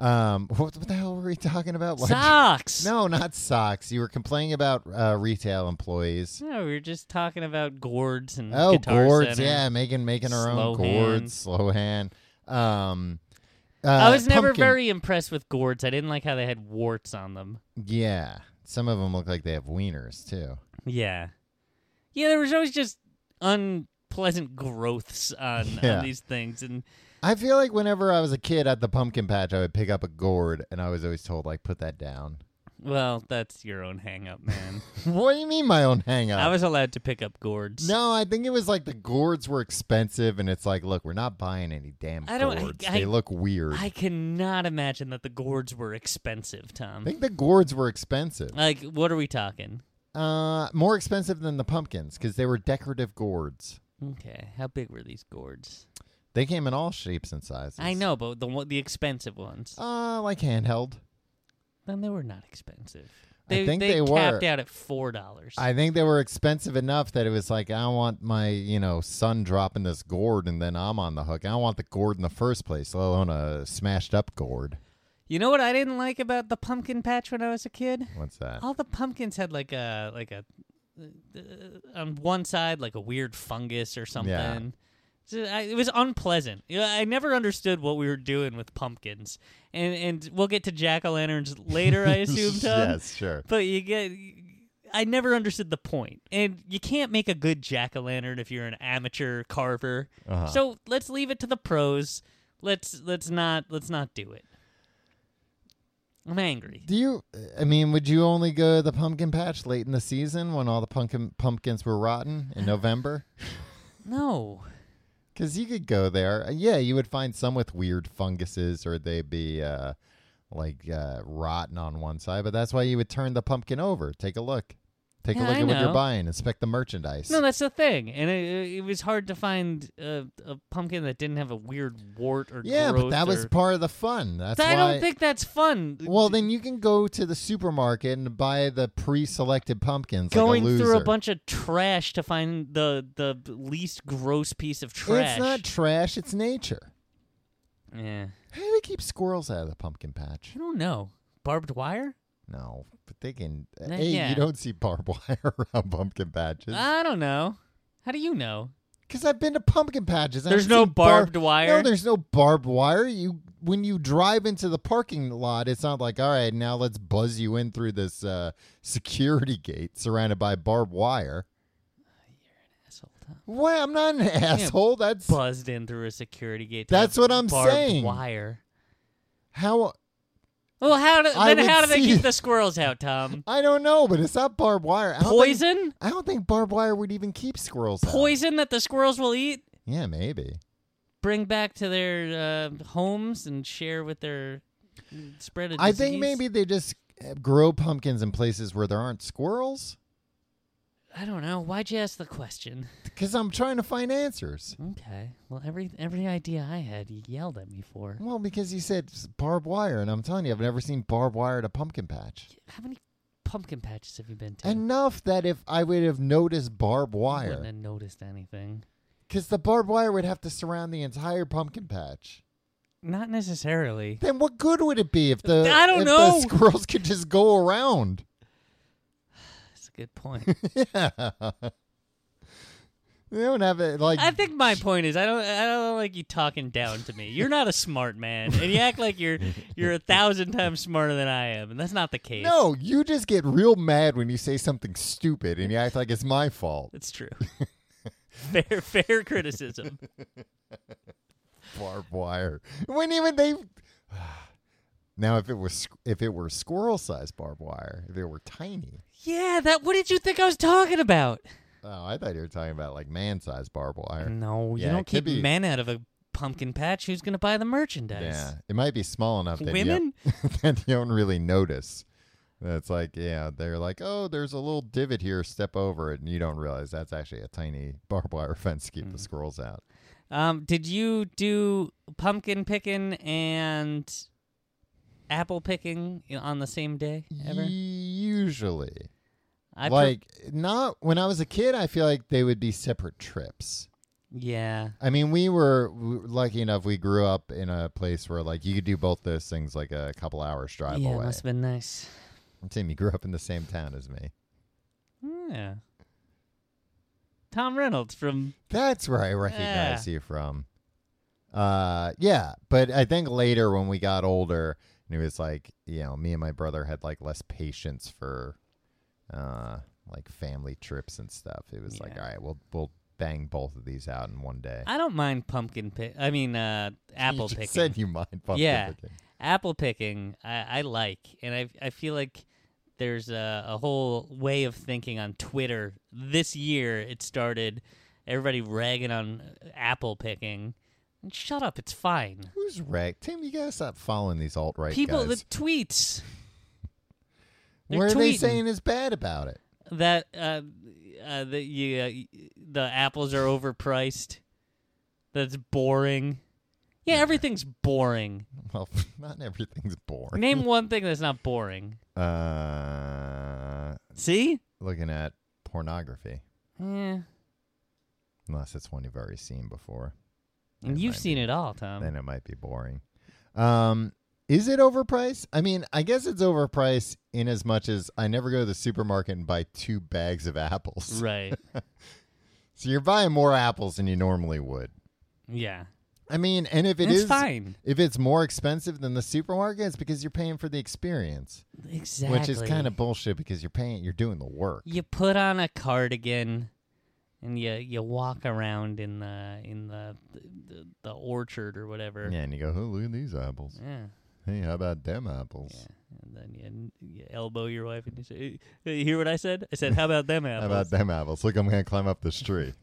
S2: Um, what, what the hell were we talking about? Like-
S3: Socks.
S2: No, not socks. You were complaining about uh, retail employees.
S3: No, we were just talking about gourds and
S2: Oh,
S3: Mm-hmm. Guitar
S2: gourds.
S3: Center.
S2: Yeah, making making her
S3: Slow
S2: own
S3: hand.
S2: gourds. Slow hand. Um, uh,
S3: I was never
S2: pumpkin-
S3: very impressed with gourds. I didn't like how they had warts on them.
S2: Yeah, some of them look like they have wieners too.
S3: Yeah. Yeah, there was always just unpleasant growths on,
S2: Yeah.
S3: on these things, and
S2: I feel like whenever I was a kid at the pumpkin patch, I would pick up a gourd, and I was always told like, "Put that down."
S3: Well, that's your own hang up, man.
S2: what do you mean my own hang up?
S3: I was allowed to pick up gourds.
S2: no, I think it was like the gourds were expensive, and it's like, look, we're not buying any damn
S3: I don't- I-
S2: gourds.
S3: I-
S2: they look weird.
S3: I cannot imagine that the gourds were expensive,
S2: I
S3: Tom.
S2: think the gourds were expensive.
S3: Like, what are we talking?
S2: Uh, more expensive than the pumpkins because they were decorative gourds.
S3: Okay, how big were these gourds?
S2: They came in all shapes and sizes.
S3: I know, but the one- the expensive ones.
S2: Uh, like handheld.
S3: Then they were not expensive.
S2: I
S3: They,
S2: think
S3: they,
S2: they were.
S3: capped out at four dollars.
S2: I think they were expensive enough that it was like, I don't want my, you know, son dropping this gourd and then I'm on the hook. I don't want the gourd in the first place, let alone a smashed up gourd.
S3: You know what I didn't like about the pumpkin patch when I was a kid?
S2: What's that?
S3: All the pumpkins had like a like a uh, on one side like a weird fungus or something. So I, it was unpleasant. You know, I never understood what we were doing with pumpkins, and and we'll get to jack o' lanterns later, I assume, Tom.
S2: yes, sure.
S3: But you get, I never understood the point, and you can't make a good jack o' lantern if you're an amateur carver.
S2: Uh-huh.
S3: So let's leave it to the pros. Let's let's not let's not do it. I'm angry.
S2: Do you, I mean, would you only go to the pumpkin patch late in the season when all the pumpkin pumpkins were rotten in November?
S3: No,
S2: Because you could go there. Uh, Yeah, you would find some with weird funguses or they'd be uh, like uh, rotten on one side. But that's why you would turn the pumpkin over. Take a look. Take a
S3: Yeah,
S2: look
S3: I
S2: at what you're
S3: know.
S2: buying. Inspect the merchandise.
S3: no, that's the thing, and it, it was hard to find a, a pumpkin that didn't have a weird wart or
S2: yeah, but
S3: growth
S2: that was
S3: or-
S2: part of the fun. That's
S3: I
S2: why.
S3: don't think that's fun.
S2: well, then you can go to the supermarket and buy the pre-selected pumpkins.
S3: going
S2: like a
S3: through a
S2: loser.
S3: bunch of trash to find the the least gross piece of trash.
S2: It's not trash. It's nature.
S3: yeah,
S2: How do they keep squirrels out of the pumpkin patch?
S3: I don't know. Barbed wire?
S2: No, but they can.
S3: Uh,
S2: Hey,
S3: yeah.
S2: you don't see barbed wire around pumpkin patches.
S3: I don't know. How do you know?
S2: Because I've been to pumpkin patches. I
S3: There's
S2: haven't
S3: no
S2: seen bar-
S3: barbed wire?
S2: No, there's no barbed wire. You when you drive into the parking lot, it's not like all right, now let's buzz you in through this uh, security gate surrounded by barbed wire.
S3: Asshole, Tom.
S2: What? I'm not an asshole. That's
S3: Buzzed in through a security gate. to
S2: That's
S3: have
S2: what I'm
S3: barbed
S2: saying.
S3: Wire.
S2: how.
S3: Well, how do
S2: I
S3: then?
S2: would
S3: How do they
S2: see-
S3: keep the squirrels out, Tom?
S2: I don't know, but it's not barbed wire. I don't think-
S3: Poison?
S2: I don't think barbed wire would even keep squirrels. out.
S3: Poison that the squirrels will eat,
S2: Yeah, maybe.
S3: bring back to their uh, homes, and share with their mm, spread of
S2: I think
S3: disease?
S2: maybe they just uh, grow pumpkins in places where there aren't squirrels.
S3: I don't know. Why'd you ask the question?
S2: Because I'm trying to find answers.
S3: Okay. Well, every every idea I had, you yelled at me for.
S2: Well, because you said s- barbed wire, and I'm telling you, I've never seen barbed wire at a pumpkin patch.
S3: How many pumpkin patches have you been to?
S2: Enough that if I would have noticed barbed
S3: I wouldn't
S2: wire,
S3: have noticed anything.
S2: because the barbed wire would have to surround the entire pumpkin patch.
S3: Not necessarily.
S2: Then what good would it be if the
S3: I don't
S2: if
S3: know.
S2: the squirrels could just go around?
S3: That's a good point.
S2: yeah, they don't have it like
S3: I think my point is I don't I don't like you talking down to me. You're not a smart man, and you act like you're you're a thousand times smarter than I am, and that's not the case.
S2: No, you just get real mad when you say something stupid and you act like it's my fault.
S3: it's true. fair fair criticism.
S2: barbed wire. When even they now, if it was if it were squirrel sized barbed wire, if it were tiny,
S3: Yeah, that. What did you think I was talking about?
S2: oh, I thought you were talking about like man sized barbed wire.
S3: No, you
S2: Uh, Yeah,
S3: don't
S2: it could
S3: keep
S2: be-
S3: men out of a pumpkin patch. Who's gonna buy the merchandise?
S2: Yeah, it might be small enough that
S3: Women?
S2: you, that you don't really notice. That's like, yeah, they're like, oh, there's a little divot here, step over it, and you don't realize that's actually a tiny barbed wire fence to keep
S3: Mm.
S2: the squirrels out.
S3: Um, did you do pumpkin picking and apple picking on the same day ever?
S2: Usually,
S3: I pre-
S2: like not when I was a kid, I feel like they would be separate trips.
S3: yeah,
S2: I mean, we were we were lucky enough. We grew up in a place where like you could do both those things like a couple hours drive
S3: yeah, it
S2: away.
S3: must have been nice.
S2: Tim, you grew up in the same town as me.
S3: Yeah, Tom Reynolds from
S2: That's where I recognize you from. Uh, yeah, but I think later when we got older, and it was like you know, me and my brother had like less patience for, uh, like family trips and stuff. It was like,
S3: Yeah.
S2: all right, we'll we'll bang both of these out in one day.
S3: I don't mind pumpkin pick. I mean, uh, apple
S2: you just
S3: picking.
S2: Said you mind pumpkin
S3: Yeah.
S2: picking.
S3: apple picking I, I like and I I feel like there's a, a whole way of thinking on Twitter. This year, it started everybody ragging on apple picking. And shut up, it's fine.
S2: Who's wrecked? Tim, you gotta stop following these alt right
S3: People,
S2: guys.
S3: the tweets they're
S2: What are they
S3: tweeting.
S2: saying is bad about it?
S3: that uh, uh, the you, uh, y- the apples are overpriced. That's boring. Yeah, everything's boring.
S2: Well, not everything's boring.
S3: Name one thing that's not boring.
S2: Uh,
S3: See?
S2: looking at pornography,
S3: Yeah.
S2: unless it's one you've already seen before,
S3: And
S2: It
S3: you've
S2: might
S3: seen
S2: be.
S3: it all, Tom.
S2: then it might be boring. Um, is it overpriced? I mean, I guess it's overpriced in as much as I never go to the supermarket and buy two bags of apples.
S3: Right.
S2: So you're buying more apples than you normally would.
S3: Yeah.
S2: I mean, and if it
S3: it's
S2: is-
S3: fine.
S2: if it's more expensive than the supermarket, it's because you're paying for the experience,
S3: Exactly.
S2: which is kind of bullshit because you're paying, you're doing the work.
S3: You put on a cardigan, and you you walk around in the in the the, the orchard or whatever.
S2: Yeah, and you go, oh, look at these apples.
S3: Yeah.
S2: Hey, how about them apples?
S3: Yeah. And then you, you elbow your wife and you say, "Hey, you hear what I said? I said, how about them
S2: How
S3: apples?
S2: about them apples? Look, I'm gonna climb up this tree.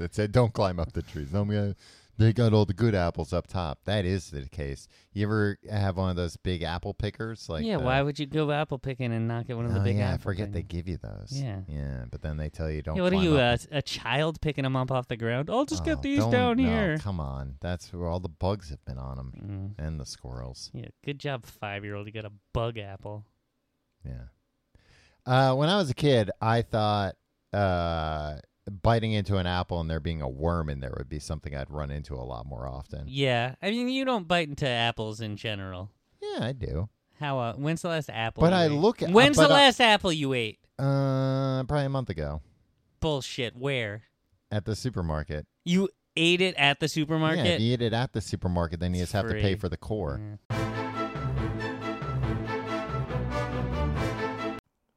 S2: it said, "Don't climb up the trees." No, I'm gonna. They got all the good apples up top. That is the case. You ever have one of those big apple pickers? Like
S3: yeah,
S2: the-
S3: why would you go apple picking and not get one of the
S2: Oh,
S3: big
S2: yeah, I
S3: apple
S2: forget they
S3: thing?
S2: give you those.
S3: Yeah.
S2: yeah, but then they tell you don't.
S3: Yeah, what are
S2: climb
S3: you,
S2: up
S3: uh, a child picking them up off the ground? I'll just
S2: Oh,
S3: get these
S2: don't-
S3: down
S2: no,
S3: here.
S2: come on, that's where all the bugs have been on them,
S3: Mm.
S2: and the squirrels.
S3: Yeah, good job, five year old. You got a bug apple.
S2: Yeah. Uh, when I was a kid, I thought uh, biting into an apple and there being a worm in there would be something I'd run into a lot more often.
S3: Yeah, I mean, you don't bite into apples in general.
S2: Yeah, I do.
S3: How? Uh, when's the last apple?
S2: But
S3: you
S2: I
S3: ate?
S2: look at-
S3: When's
S2: but
S3: the
S2: I-
S3: last apple you ate?
S2: Uh, probably a month ago
S3: Bullshit. Where?
S2: at the supermarket.
S3: You ate it at the
S2: Yeah, if
S3: supermarket?
S2: you eat it at the supermarket, then you
S3: It's
S2: just have to pay
S3: free. Mm.
S2: for the core.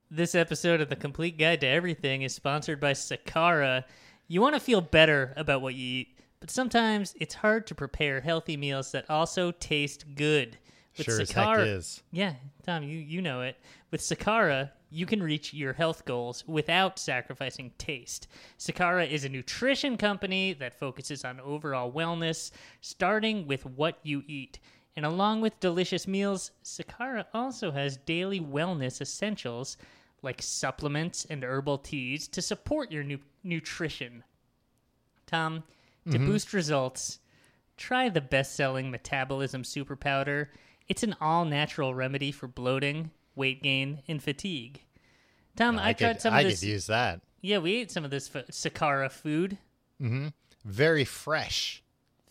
S3: This episode of The Complete Guide to Everything is sponsored by Sakara. You want to feel better about what you eat, but sometimes it's hard to prepare healthy meals that also taste good. With Sakara, Yeah, Tom, you, you know it. With Sakara, you can reach your health goals without sacrificing taste. Sakara is a nutrition company that focuses on overall wellness, starting with what you eat. And along with delicious meals, Sakara also has daily wellness essentials like supplements and herbal teas to support your nu- nutrition. Tom, to boost results, try the best selling metabolism super powder. It's an all natural remedy for bloating, weight gain, and fatigue. Tom, I, tried some of this.
S2: use that.
S3: yeah, we ate some of this f- Sakara food.
S2: Very fresh.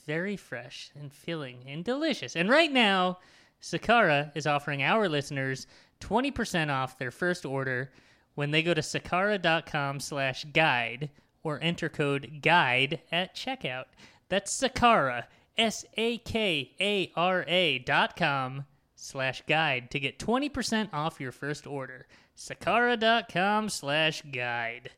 S3: Very fresh and filling and delicious. And right now, Sakara is offering our listeners 20% off their first order when they go to sakara.com slash guide or enter code guide at checkout. That's Sakara, S-A-K-A-R-A dot com slash guide to get 20% off your first order. Sakara.com slash guide.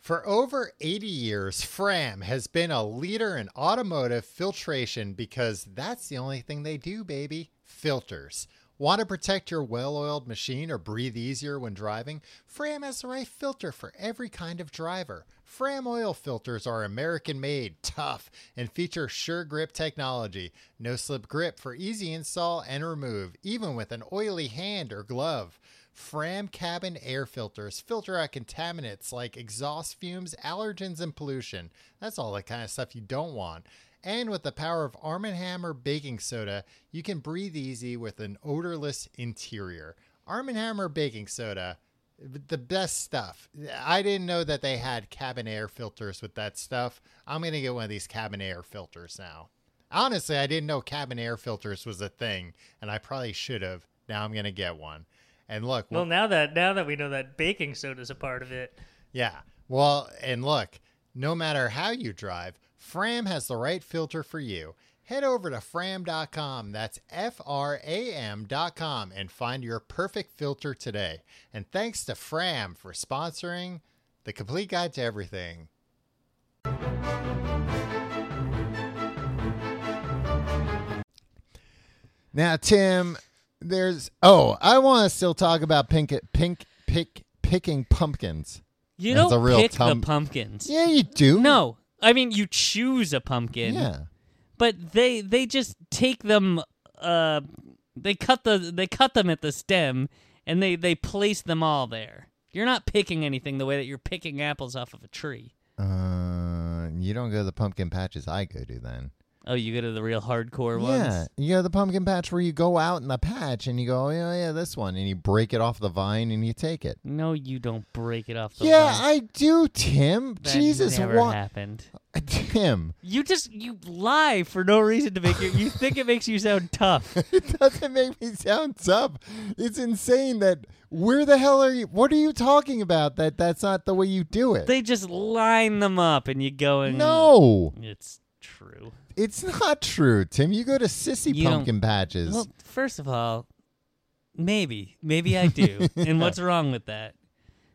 S2: For over 80 years, Fram has been a leader in automotive filtration because that's the only thing they do, baby. Filters. Want to protect your well oiled machine or breathe easier when driving? Fram has the right filter for every kind of driver. Fram oil filters are American made, tough, and feature sure grip technology. No slip grip for easy install and remove, even with an oily hand or glove. Fram cabin air filters filter out contaminants like exhaust fumes, allergens, and pollution. That's all the kind of stuff you don't want. And with the power of Arm & Hammer baking soda, you can breathe easy with an odorless interior. Arm & Hammer baking soda, the best stuff. I didn't know that they had cabin air filters with that stuff. I'm going to get one of these cabin air filters now. Honestly, I didn't know cabin air filters was a thing, and I probably should have. Now I'm going to get one. And look,
S1: Well, now that now that we know that baking soda's a part of it,
S2: Yeah. Well, and look, no matter how you drive, Fram has the right filter for you. Head over to fram.com, that's F R A M.com, and find your perfect filter today. And thanks to Fram for sponsoring the complete guide to everything. Now, Tim, There's oh, I want to still talk about pink pink pick picking pumpkins.
S3: You
S2: That's
S3: don't
S2: a real
S3: pick
S2: tum-
S3: the pumpkins.
S2: Yeah, you do.
S3: No, I mean you choose a pumpkin.
S2: Yeah.
S3: But they they just take them. Uh, they cut the they cut them at the stem, and they they place them all there. You're not picking anything the way that you're picking apples off of a tree.
S2: Uh, you don't go to the pumpkin patches I go to then.
S3: Oh, you go to the real hardcore
S2: Yeah,
S3: ones.
S2: you go to the pumpkin patch where you go out in the patch and you go, oh, yeah, yeah, this one, and you break it off the vine and you take it.
S3: No, you don't break it off the.
S2: yeah,
S3: vine.
S2: I do, Tim.
S3: That
S2: Jesus,
S3: never
S2: what,
S3: happened.
S2: Tim?
S3: You just you lie for no reason to make you. You think it makes you sound tough.
S2: It doesn't make me sound tough. It's insane that where the hell are you? What are you talking about? That that's not the way you do it.
S3: They just line them up, and you go and
S2: no,
S3: It's true.
S2: it's not true, Tim. You go to sissy
S3: You don't-
S2: pumpkin patches.
S3: Well, first of all, maybe, maybe I do. and what's wrong with that?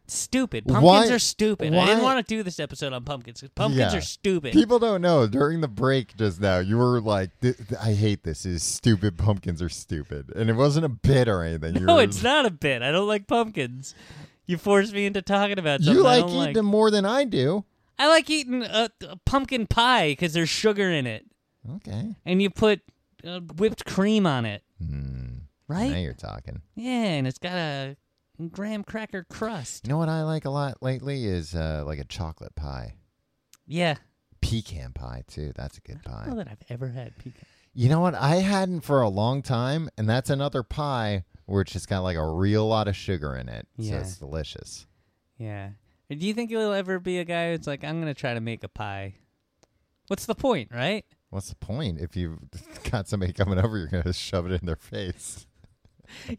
S3: Stupid. Pumpkins
S2: Why-
S3: are stupid. I didn't
S2: why-
S3: want to do this episode on pumpkins. 'cause Pumpkins
S2: Yeah.
S3: are stupid.
S2: People don't know. During the break just now, you were like, "Th- th- "I hate this. Is stupid. Pumpkins are stupid," and it wasn't a bit or anything. you
S3: no,
S2: were-
S3: it's not a bit. I don't like pumpkins. You forced me into talking about something
S2: You
S3: I
S2: like
S3: don't
S2: eating
S3: like.
S2: them more than I do.
S3: I like eating a, a pumpkin pie because there's sugar in it,
S2: Okay.
S3: and you put uh, whipped cream on it,
S2: Hmm.
S3: right?
S2: Now you're talking.
S3: Yeah, and it's got a graham cracker crust.
S2: You know what I like a lot lately is uh, like a chocolate pie,
S3: Yeah.
S2: pecan pie too. That's a good
S3: I
S2: pie.
S3: don't know that I've ever had pecan.
S2: You know what I hadn't for a long time, and that's another pie where it's just got like a real lot of sugar in it.
S3: Yeah.
S2: So it's delicious.
S3: Yeah. Do you think you'll ever be a guy who's like, I'm gonna try to make a pie? What's the point, right?
S2: What's the point if you've got somebody coming over, you're gonna shove it in their face?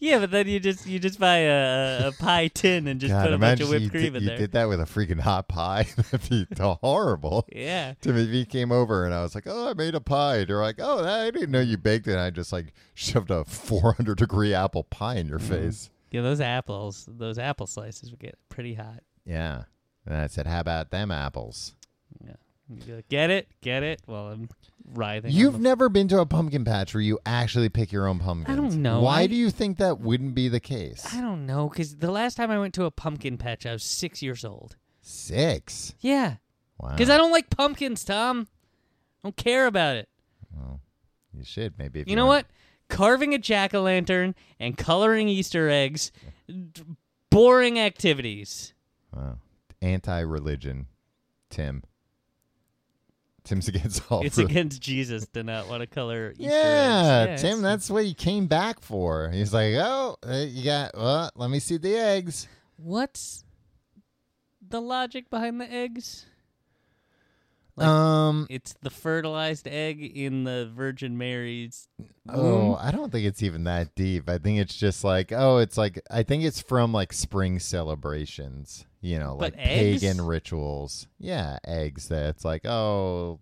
S3: Yeah, but then you just you just buy a, a pie tin and just
S2: God,
S3: put a bunch
S2: imagine
S3: of whipped
S2: you
S3: cream
S2: did,
S3: in
S2: you
S3: there.
S2: did that with a freaking hot pie. That'd be horrible.
S3: Yeah.
S2: Tim, if he came over and I was like, "Oh, I made a pie," they're like, "Oh, I didn't know you baked it." And I just like shoved a 400 degree apple pie in your
S3: Mm-hmm.
S2: face.
S3: Yeah, those apples, those apple slices would get pretty hot.
S2: Yeah. And I said, "How about them apples?"
S3: Yeah. You'd be like, get it, get it. Well, I'm writhing. on
S2: You've
S3: the-
S2: never been to a pumpkin patch where you actually pick your own pumpkins.
S3: know.
S2: Why
S3: I-
S2: do you think that wouldn't be the case?
S3: I don't know, cause the last time I went to a pumpkin patch, I was six years old.
S2: Six.
S3: Yeah,
S2: Wow.
S3: cause I don't like pumpkins, Tom. I don't care about it.
S2: you should maybe. If
S3: You know
S2: want-
S3: what? Carving a jack o' lantern and coloring Easter eggs, d- boring activities.
S2: Wow. Uh, Anti-religion, Tim. Tim's against all.
S3: it's
S2: religion.
S3: against Jesus to not want to color Easter
S2: yeah,
S3: eggs.
S2: Tim,
S3: it's-
S2: that's what he came back for. He's like, oh, uh, you got, well, let me see the eggs.
S3: what's the logic behind the eggs? Like-
S2: um,
S3: It's the fertilized egg in the Virgin Mary's
S2: oh,
S3: womb.
S2: I don't think it's even that deep. I think it's just like, oh, it's like, I think it's from like spring celebrations, you know, like
S3: But eggs?
S2: pagan rituals. Yeah, eggs that's like, oh,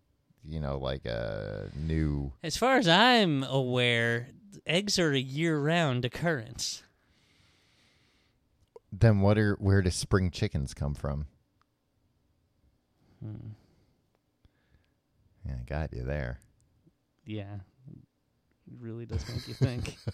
S2: you know, like a new.
S3: As far as I'm aware, eggs are a year-round occurrence.
S2: Then what are, where do spring chickens come from?
S3: Hmm.
S2: Yeah, I got you there.
S3: Yeah, it really does make you think.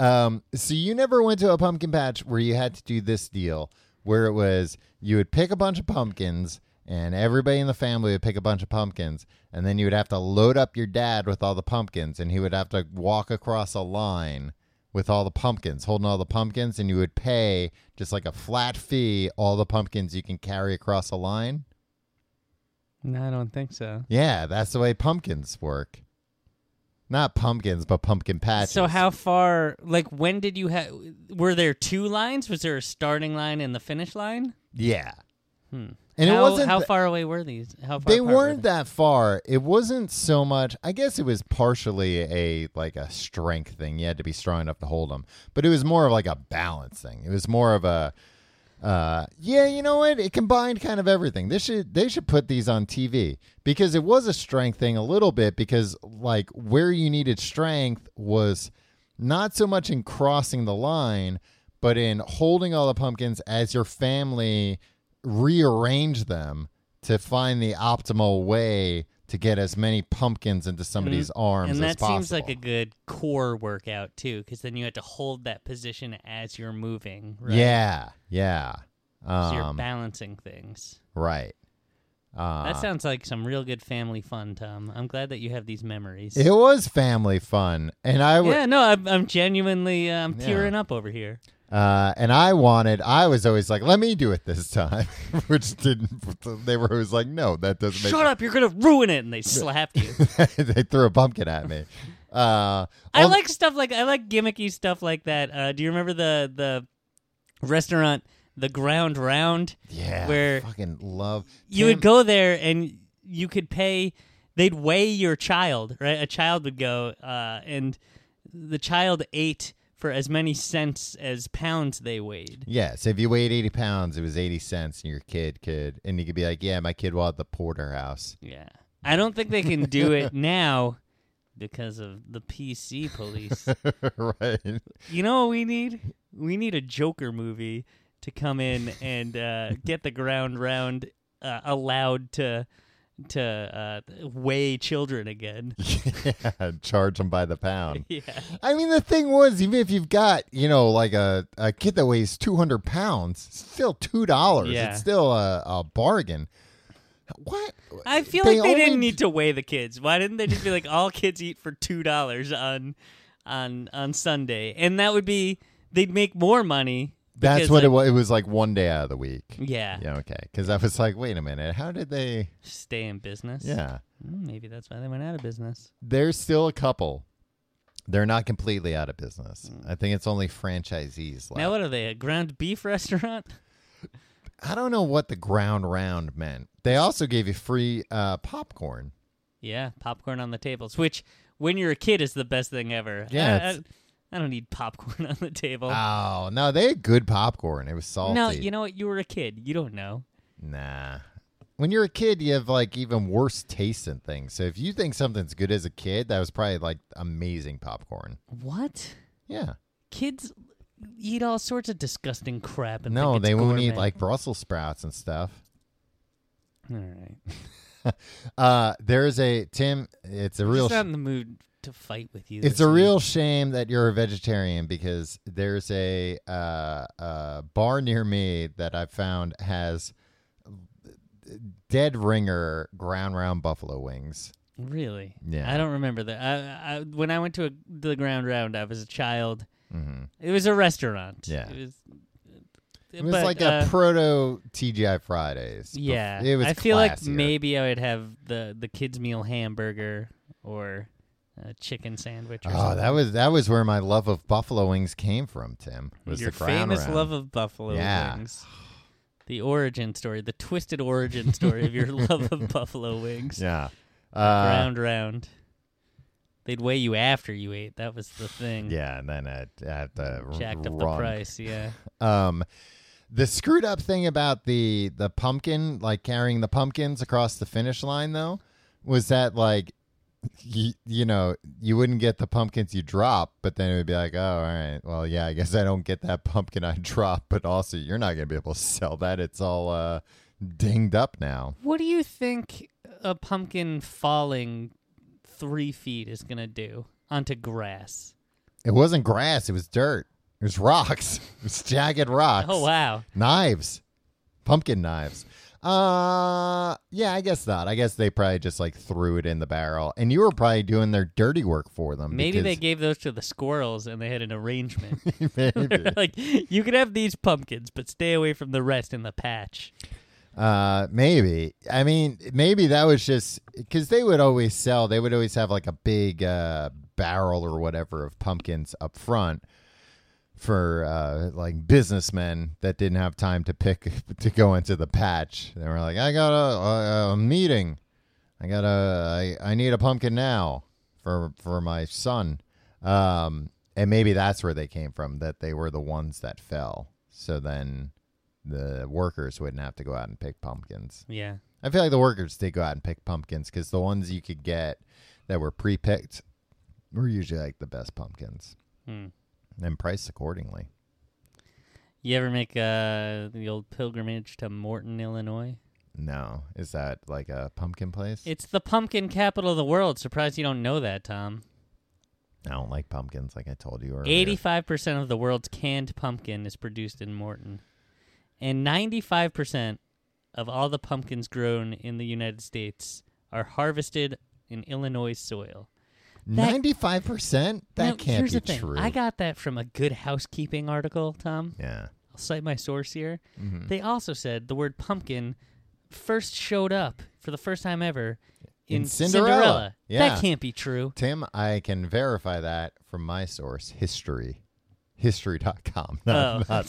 S2: Um, so you never went to a pumpkin patch where you had to do this deal, where it was you would pick a bunch of pumpkins, and everybody in the family would pick a bunch of pumpkins, and then you would have to load up your dad with all the pumpkins, and he would have to walk across a line with all the pumpkins, holding all the pumpkins, and you would pay just like a flat fee all the pumpkins you can carry across a line.
S3: no, I don't think so.
S2: Yeah, that's the way pumpkins work. Not pumpkins, but pumpkin patches.
S3: So how far? Like when did you have? Were there two lines? Was there a starting line and the finish line?
S2: Yeah.
S3: Hmm.
S2: And
S3: how,
S2: it wasn't
S3: how
S2: th-
S3: far away were these? How far
S2: they
S3: apart were
S2: weren't that far it wasn't so much i guess it was partially a like a strength thing you had to be strong enough to hold them but it was more of like a balance thing it was more of a uh, yeah you know what it combined kind of everything this should they should put these on tv because it was a strength thing a little bit because like where you needed strength was not so much in crossing the line but in holding all the pumpkins as your family rearrange them to find the optimal way to get as many pumpkins into somebody's arms
S3: Mm-hmm. and
S2: as
S3: that
S2: possible.
S3: seems like a good core workout too, because then you had to hold that position as you're moving. Right?
S2: Yeah, yeah.
S3: so you're
S2: Um,
S3: balancing things.
S2: right. Uh,
S3: That sounds like some real good family fun, Tom. I'm glad that you have these memories.
S2: it was family fun, and I w-
S3: yeah, no, I'm, I'm genuinely, uh, I'm
S2: Yeah.
S3: tearing up over here.
S2: uh, and I wanted. I was always like, "Let me do it this time," which didn't. They were always like, "No, that doesn't make."
S3: Shut up, you're gonna ruin it, and they slapped you.
S2: they threw a pumpkin at me. Uh,
S3: I
S2: al-
S3: like stuff like I like gimmicky stuff like that. Uh, do you remember the the restaurant, the Ground Round?
S2: yeah,
S3: where
S2: fucking love.
S3: you would
S2: Tim-
S3: go there and you could pay they'd weigh your child right a child would go uh, and the child ate for as many cents as pounds they weighed
S2: Yeah, so if you weighed eighty pounds, it was eighty cents, and your kid could, and you could be like, "Yeah, my kid will have the porterhouse."
S3: yeah i don't think they can do it now because of the pc police
S2: right?
S3: you know what we need we need a joker movie to come in and uh, get the ground round uh, allowed to to uh, weigh children again
S2: yeah, charge them by the pound.
S3: yeah
S2: I mean, the thing was, even if you've got, you know, like a, a kid that weighs 200 pounds, it's still $2.
S3: Yeah.
S2: It's still a, a bargain. What?
S3: I feel like they didn't need to weigh the kids. Why didn't they just be like all kids eat for two dollars on on on Sunday? And that would be they'd make more money.
S2: That's
S3: because,
S2: what it
S3: like,
S2: was. It was like one day out of the week.
S3: Yeah,
S2: Yeah, okay. Because I was like, wait a minute. How did they.
S3: Stay in business.
S2: Yeah.
S3: Mm, Maybe that's why they went out of business.
S2: There's still a couple. They're not completely out of business. I think it's only franchisees left.
S3: Mm. Now what are they? A ground beef restaurant?
S2: I don't know what the ground round meant. They also gave you free uh, popcorn.
S3: Yeah, popcorn on the tables. Which when you're a kid is the best thing ever. I-
S2: Yeah,
S3: I-
S2: it's-
S3: I, don't need popcorn on the table.
S2: Oh, no, they had good popcorn. It was salty.
S3: no, you know what? You were a kid. You don't know.
S2: Nah. When you're a kid, you have like even worse taste in things. So if you think something's good as a kid, that was probably like amazing popcorn.
S3: What?
S2: Yeah.
S3: Kids eat all sorts of disgusting crap and
S2: no,
S3: think it's
S2: they won't eat
S3: gourmet.
S2: like Brussels sprouts and stuff.
S3: All right.
S2: Uh, there's a Tim. It's a real.
S3: Just not
S2: Sh-
S3: in the mood to fight with you.
S2: it's
S3: this
S2: a
S3: week.
S2: real shame that you're a vegetarian because there's a uh, uh, bar near me that I found has dead ringer ground round buffalo wings.
S3: Really?
S2: Yeah.
S3: I don't remember that. I, I, when I went to a, the ground round, I was a child.
S2: hmm
S3: It was a restaurant.
S2: Yeah.
S3: It was,
S2: It was
S3: but,
S2: like
S3: uh,
S2: a proto TGI Fridays. bef-
S3: yeah.
S2: it was.
S3: I feel like
S2: classier.
S3: maybe I would have the the kids meal hamburger or a chicken sandwich. Or
S2: Oh,
S3: something.
S2: that was that was where my love of buffalo wings came from. Tim was
S3: your
S2: the ground
S3: famous
S2: round.
S3: love of buffalo
S2: Yeah.
S3: wings. The origin story, the twisted origin story of your love of buffalo wings.
S2: Yeah. Uh,
S3: round round. They'd weigh you after you ate. That was the thing.
S2: yeah, and then I, I had to r-
S3: Jacked up the
S2: run.
S3: price, yeah.
S2: Um, the screwed up thing about the the pumpkin, like carrying the pumpkins across the finish line, though, was that like. You, you know, you wouldn't get the pumpkins you drop, but then it would be like, oh, all right, well, yeah, I guess I don't get that pumpkin I drop, but also you're not going to be able to sell that. It's all uh, dinged up now.
S3: What do you think a pumpkin falling three feet is gonna do onto grass?
S2: It wasn't grass. It was dirt. It was rocks. It was jagged rocks.
S3: Oh wow.
S2: Knives. Pumpkin knives. Uh, yeah, I guess not. I guess they probably just like threw it in the barrel, and you were probably doing their dirty work for them.
S3: Maybe they
S2: because-
S3: gave those to the squirrels and they had an arrangement.
S2: maybe.
S3: like you can have these pumpkins, but stay away from the rest in the patch.
S2: Uh, maybe. I mean, maybe that was just because they would always sell. They would always have like a big uh, barrel or whatever of pumpkins up front for uh, like businessmen that didn't have time to pick to go into the patch. They were like, I got a, a, a meeting. I got a. I, I need a pumpkin now for for my son. Um, and maybe that's where they came from. That they were the ones that fell. So then the workers wouldn't have to go out and pick pumpkins.
S3: Yeah.
S2: I feel like the workers did go out and pick pumpkins because the ones you could get that were pre picked were usually like the best pumpkins
S3: Hmm.
S2: and priced accordingly.
S3: You ever make uh, the old pilgrimage to Morton, Illinois?
S2: No, is that like a pumpkin place?
S3: It's the pumpkin capital of the world. Surprised you don't know that, Tom.
S2: I don't like pumpkins, like I told you earlier.
S3: Eighty-five percent of the world's canned pumpkin is produced in Morton, and ninety-five percent of all the pumpkins grown in the United States are harvested in Illinois soil. That-
S2: Ninety-five percent. That
S3: Now,
S2: can't
S3: here's
S2: be
S3: the thing.
S2: true.
S3: I got that from a Good Housekeeping article, Tom.
S2: yeah.
S3: I'll cite my source here.
S2: Mm-hmm.
S3: They also said the word pumpkin first showed up for the first time ever in,
S2: In Cinderella. Yeah.
S3: That can't be true.
S2: Tim, I can verify that from my source, history. History.com. Not,
S3: oh,
S2: not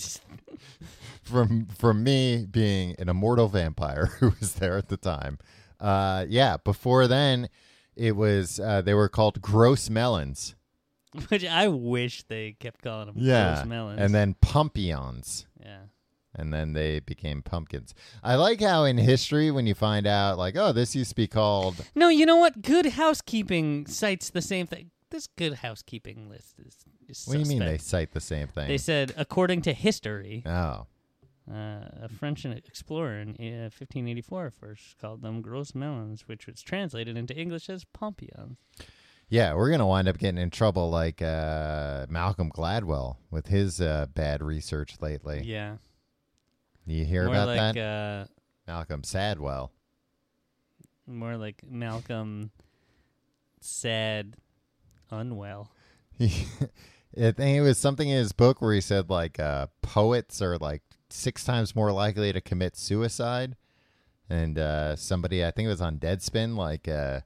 S2: from from me being an immortal vampire who was there at the time. Uh, yeah, before then it was uh, they were called gross melons.
S3: which I wish they kept calling them gross melons.
S2: And then pumpions.
S3: yeah.
S2: And then they became pumpkins. I like how in history when you find out like, oh, this used to be called
S3: No, you know what? Good housekeeping cites the same thing. This good housekeeping list is. is
S2: What do you mean they
S3: suspect.
S2: cite the same thing?
S3: They said, according to history,
S2: oh.
S3: uh, a French explorer in uh, 1584 first called them gross melons, which was translated into English as pompions.
S2: Yeah, we're gonna wind up getting in trouble like uh, Malcolm Gladwell with his uh, bad research lately.
S3: Yeah,
S2: You hear
S3: more
S2: about
S3: like
S2: that,
S3: uh,
S2: Malcolm Sadwell?
S3: more like Malcolm said unwell.
S2: I think it was something in his book where he said like uh, poets are like six times more likely to commit suicide, and uh, somebody I think it was on Deadspin like uh,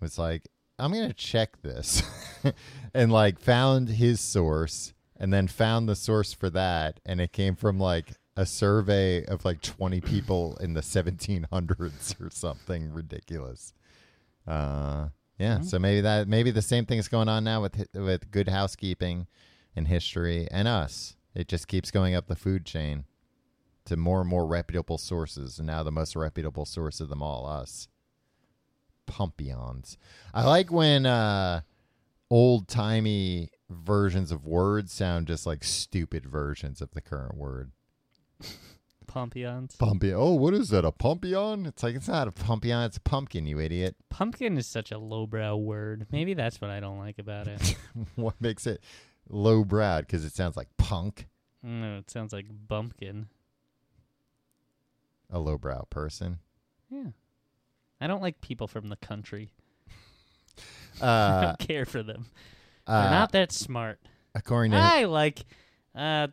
S2: was like I'm gonna check this, and like found his source, and then found the source for that, and it came from like a survey of like 20 people in the 1700s or something ridiculous. Uh, yeah. So maybe that maybe the same thing is going on now with hi- with good housekeeping, and history, and us. It just keeps going up the food chain to more and more reputable sources, and now the most reputable source of them all, us. Pumpions. I like when uh, old timey versions of words sound just like stupid versions of the current word.
S3: Pompions.
S2: Pumpion. Oh, what is that? A pumpion? It's like it's not a pumpion. It's a pumpkin. You idiot.
S3: Pumpkin is such a lowbrow word. Maybe that's what I don't like about it.
S2: what makes it low browed? Because it sounds like punk,
S3: no, Mm, it sounds like bumpkin.
S2: a lowbrow person.
S3: Yeah, I don't like people from the country. I
S2: Uh,
S3: don't care for them.
S2: uh,
S3: They're not that smart.
S2: according to
S3: I like uh,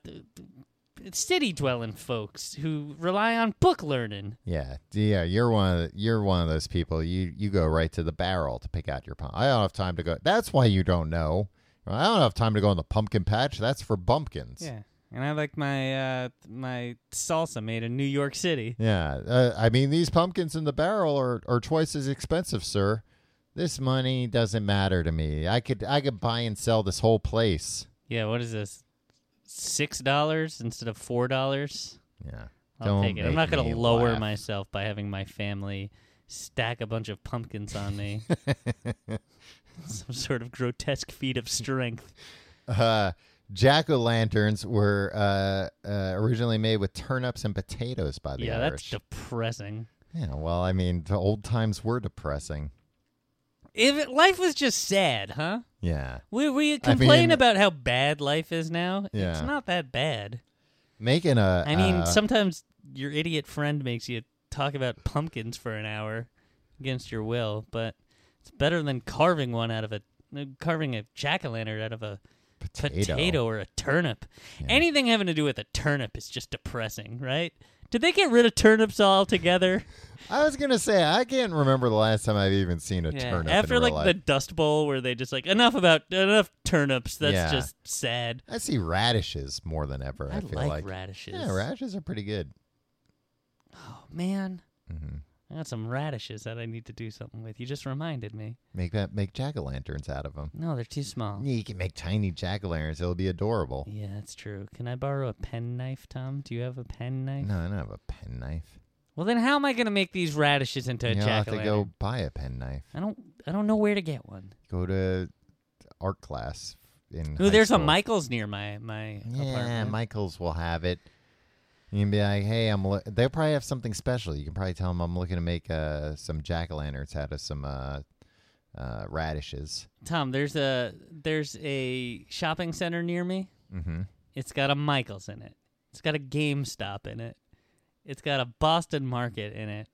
S3: city dwelling folks who rely on book learning.
S2: yeah, yeah, you're one of the, you're one of those people. You you go right to the barrel to pick out your pump. I don't have time to go. That's why you don't know. I don't have time to go in the pumpkin patch. That's for bumpkins.
S3: Yeah, and I like my uh, my salsa made in New York City.
S2: Yeah, uh, I mean these pumpkins in the barrel are, are twice as expensive, sir. This money doesn't matter to me. I could I could buy and sell this whole place.
S3: Yeah, what is this? Six dollars instead of four dollars.
S2: Yeah,
S3: I'll take it. I'm
S2: make
S3: not
S2: me
S3: gonna lower
S2: laugh.
S3: myself by having my family stack a bunch of pumpkins on me. Some sort of grotesque feat of strength.
S2: uh, jack o' lanterns were uh, uh, originally made with turnips and potatoes by the
S3: yeah,
S2: Irish.
S3: that's depressing.
S2: yeah, well, I mean, the old times were depressing.
S3: If it, life was just sad, huh?
S2: Yeah,
S3: We we complain
S2: mean-
S3: about how bad life is now.
S2: Yeah.
S3: It's not that bad.
S2: making a.
S3: I mean,
S2: uh,
S3: sometimes your idiot friend makes you talk about pumpkins for an hour against your will, but it's better than carving one out of a carving a jack o' lantern out of a potato, or a turnip. Anything having to do with a turnip is just depressing, right? Did they get rid of turnips altogether?
S2: I was gonna say I can't remember the last time I've even seen a turnip.
S3: After
S2: in real
S3: like the
S2: life.
S3: Dust Bowl, where they just like enough about enough turnips. That's
S2: Yeah.
S3: just sad.
S2: I see radishes more than ever. I,
S3: I,
S2: feel
S3: like,
S2: like
S3: radishes.
S2: Yeah, radishes are pretty good.
S3: Oh man,
S2: hmm
S3: I got some radishes that I need to do something with. You just reminded me.
S2: Make that make jack o' lanterns out of them.
S3: No, they're too small.
S2: You can make tiny jack o' lanterns. It'll be adorable.
S3: Yeah, that's true. Can I borrow a pen knife, Tom? Do you have a pen knife?
S2: No, I don't have a pen knife.
S3: Well, then how am I going to make these radishes into a
S2: You'll have
S3: jack o'
S2: to go buy a pen knife.
S3: I don't. I don't know where to get one.
S2: Go to art class in.
S3: Ooh,
S2: high
S3: there's a
S2: school.
S3: Michaels near my my
S2: Yeah,
S3: apartment.
S2: Michaels will have it. You can be like, hey, I'm. Lo-. They'll probably have something special. You can probably tell them I'm looking to make uh, some jack o' lanterns out of some uh, uh, radishes.
S3: Tom, there's a there's a shopping center near me.
S2: Mm-hmm.
S3: It's got a Michaels in it. It's got a GameStop in it. It's got a Boston Market in it.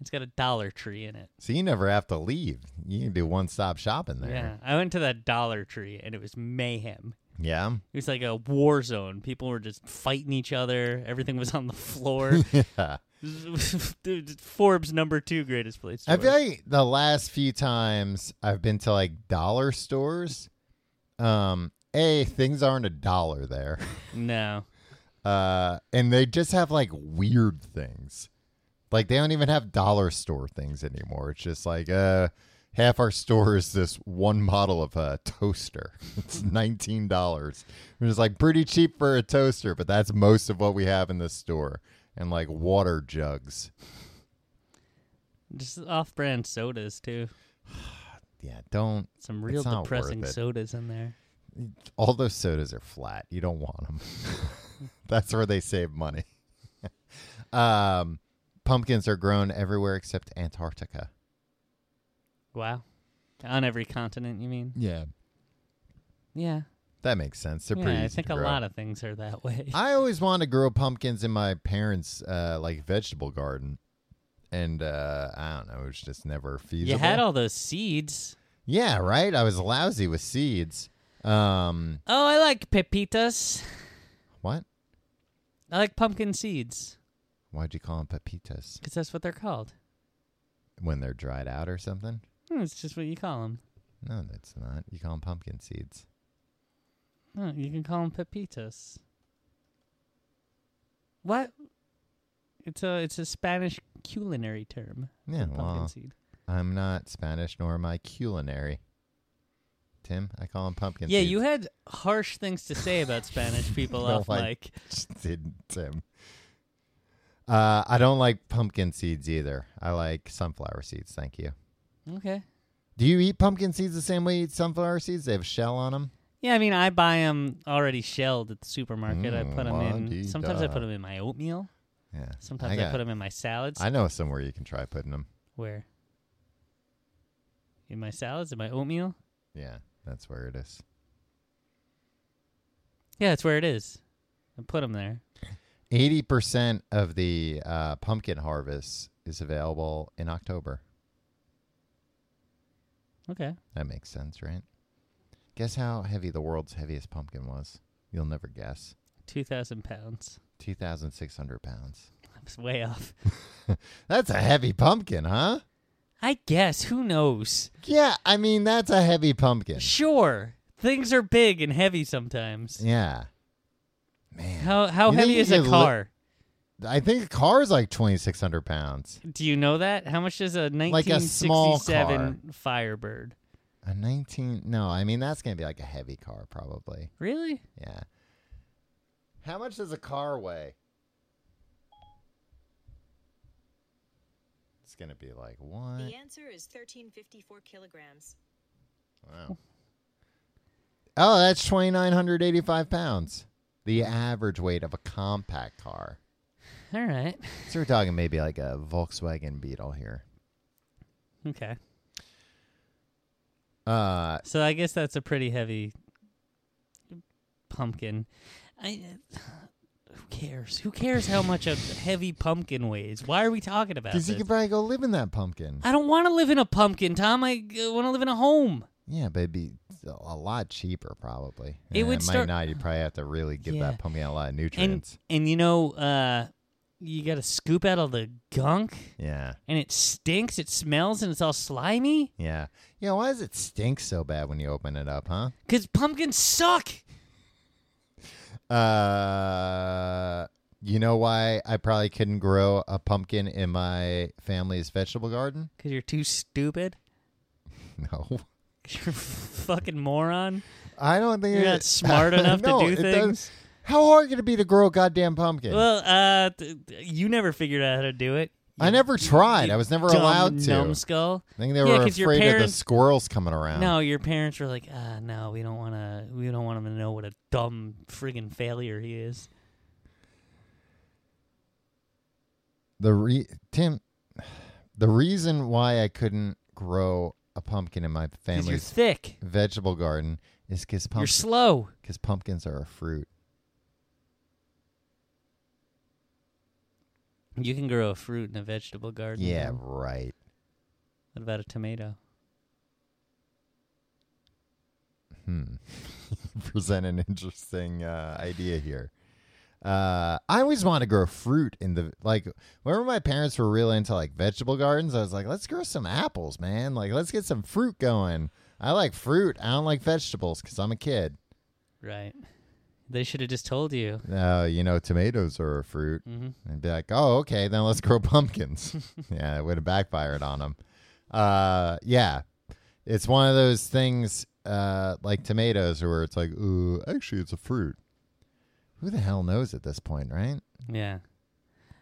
S3: It's got a Dollar Tree in it.
S2: So you never have to leave. You can do one stop shopping
S3: Yeah,
S2: there.
S3: I went to that Dollar Tree and it was mayhem.
S2: Yeah.
S3: It was like a war zone. People were just fighting each other. Everything was on the floor.
S2: Yeah.
S3: Dude, Forbes number two greatest place. To
S2: I feel
S3: work.
S2: like the last few times I've been to like dollar stores, um, a things aren't a dollar there,
S3: no.
S2: uh, and they just have like weird things. Like they don't even have dollar store things anymore. It's just like uh, half our store is this one model of a toaster. It's nineteen dollars, which is like pretty cheap for a toaster, but that's most of what we have in this store. And like water jugs.
S3: Just off brand sodas too.
S2: Yeah, don't.
S3: Some real
S2: It's not worth
S3: depressing
S2: it.
S3: sodas in there.
S2: all those sodas are flat. You don't want them. That's where they save money. um, pumpkins are grown everywhere except Antarctica.
S3: Wow. On every continent, you mean?
S2: Yeah,
S3: Yeah.
S2: that makes sense. They're pretty.
S3: yeah, I
S2: easy
S3: think
S2: to
S3: a
S2: grow.
S3: lot of things are that way.
S2: I always wanted to grow pumpkins in my parents' uh, like vegetable garden, and uh, I don't know. It was just never feasible.
S3: you had all those seeds.
S2: yeah, right. I was lousy with seeds. Um,
S3: Oh, I like pepitas.
S2: what?
S3: I like pumpkin seeds
S2: Why'd you call them pepitas
S3: because that's what they're called.
S2: when they're dried out or something?
S3: Hmm, it's just what you call them.
S2: No, that's not. You call them pumpkin seeds.
S3: you can call them pepitas. What? It's a it's a Spanish culinary term.
S2: Yeah,
S3: pumpkin
S2: well,
S3: seed.
S2: I'm not Spanish nor am I culinary. Tim, I call him pumpkin.
S3: Yeah,
S2: seeds.
S3: you had harsh things to say about Spanish people
S2: No,
S3: off
S2: I-
S3: mic.
S2: Just didn't, Tim. Uh, I don't like pumpkin seeds either. I like sunflower seeds. Thank you.
S3: Okay.
S2: Do you eat pumpkin seeds the same way you eat sunflower seeds? They have shell on them.
S3: Yeah, I mean, I buy them already shelled at the supermarket. I
S2: Mm,
S3: put them in.
S2: la-di-da.
S3: Sometimes I put them in my oatmeal.
S2: Yeah.
S3: Sometimes I,
S2: I
S3: put 'em
S2: got-
S3: put them in my salads.
S2: I know somewhere you can try putting them.
S3: Where? In my salads, in my oatmeal.
S2: Yeah, that's where it is.
S3: Yeah, that's where it is. I put them there.
S2: Eighty percent of the uh, pumpkin harvest is available in October.
S3: Okay.
S2: That makes sense, right? Guess how heavy the world's heaviest pumpkin was? You'll never guess.
S3: Two thousand pounds.
S2: 2,600 pounds.
S3: I was way off.
S2: That's a heavy pumpkin, huh?
S3: I guess. Who knows?
S2: Yeah, I mean, that's a heavy pumpkin.
S3: Sure. Things are big and heavy sometimes.
S2: Yeah. Man.
S3: How how
S2: You
S3: heavy
S2: think
S3: is
S2: you
S3: a
S2: could li-
S3: car?
S2: I think a car's like 2,600 pounds.
S3: Do you know that? How much is a
S2: Like a small
S3: 1967 Firebird?
S2: A 19. No, I mean, that's going to be like a heavy car, probably.
S3: Really?
S2: Yeah. How much does a car weigh? It's going to be like what?
S4: The answer is 1354 kilograms.
S2: Wow. Oh, that's 2,985 pounds. The average weight of a compact car.
S3: All right.
S2: So we're talking maybe like a Volkswagen Beetle here.
S3: Okay.
S2: Uh,
S3: So I guess that's a pretty heavy pumpkin. I who cares? Who cares how much a heavy pumpkin weighs? Why are we talking about
S2: because
S3: this?
S2: you could probably go live in that pumpkin.
S3: I don't want to live in a pumpkin, Tom. I want to live in a home.
S2: Yeah, but it'd be a lot cheaper probably.
S3: It
S2: Yeah,
S3: would
S2: might
S3: start-
S2: not. You probably have to really give
S3: Yeah.
S2: that pumpkin a lot of
S3: And
S2: nutrients.
S3: and you know, uh, you got to scoop out all the gunk,
S2: yeah,
S3: and it stinks. It smells, and it's all slimy.
S2: yeah, yeah. Why does it stink so bad when you open it up, huh?
S3: Cause pumpkins suck.
S2: Uh, you know why I probably couldn't grow a pumpkin in my family's vegetable garden?
S3: Cause you're too stupid.
S2: No.
S3: 'Cause You're a fucking moron.
S2: I don't think
S3: You're
S2: it-
S3: not smart enough to
S2: No,
S3: do
S2: it doesn't-
S3: things.
S2: How hard could it be to grow a goddamn pumpkin?
S3: Well, uh, th- th- you never figured out how to do it.
S2: I
S3: you
S2: never tried.
S3: you
S2: I was never
S3: dumb
S2: allowed to.
S3: Numbskull.
S2: I think they
S3: Yeah,
S2: were
S3: 'cause your
S2: afraid of the
S3: parents-
S2: squirrels coming around.
S3: No, your parents were like, uh, no, we don't want to. We don't want him to know what a dumb friggin' failure he is.
S2: the re- Tim, the reason why I couldn't grow a pumpkin in my
S3: 'Cause you're
S2: family's
S3: thick.
S2: vegetable garden is because
S3: You're slow.
S2: pumpkins are a fruit.
S3: You can grow a fruit in a vegetable garden.
S2: Yeah,
S3: though.
S2: right.
S3: What about a tomato?
S2: Hmm. Present an interesting uh, idea here. Uh, I always want to grow fruit in the like. Whenever my parents were real into like vegetable gardens, I was like, "Let's grow some apples, man! Like, let's get some fruit going." I like fruit. I don't like vegetables because I'm a kid.
S3: Right. They should have just told you.
S2: Uh, you know, tomatoes are a fruit.
S3: hmm
S2: and be like, "Oh, okay, then let's grow pumpkins." yeah, it would have backfired on them. Uh, yeah, it's one of those things uh, like tomatoes, where it's like, "Ooh, actually, it's a fruit." Who the hell knows at this point, right?
S3: Yeah.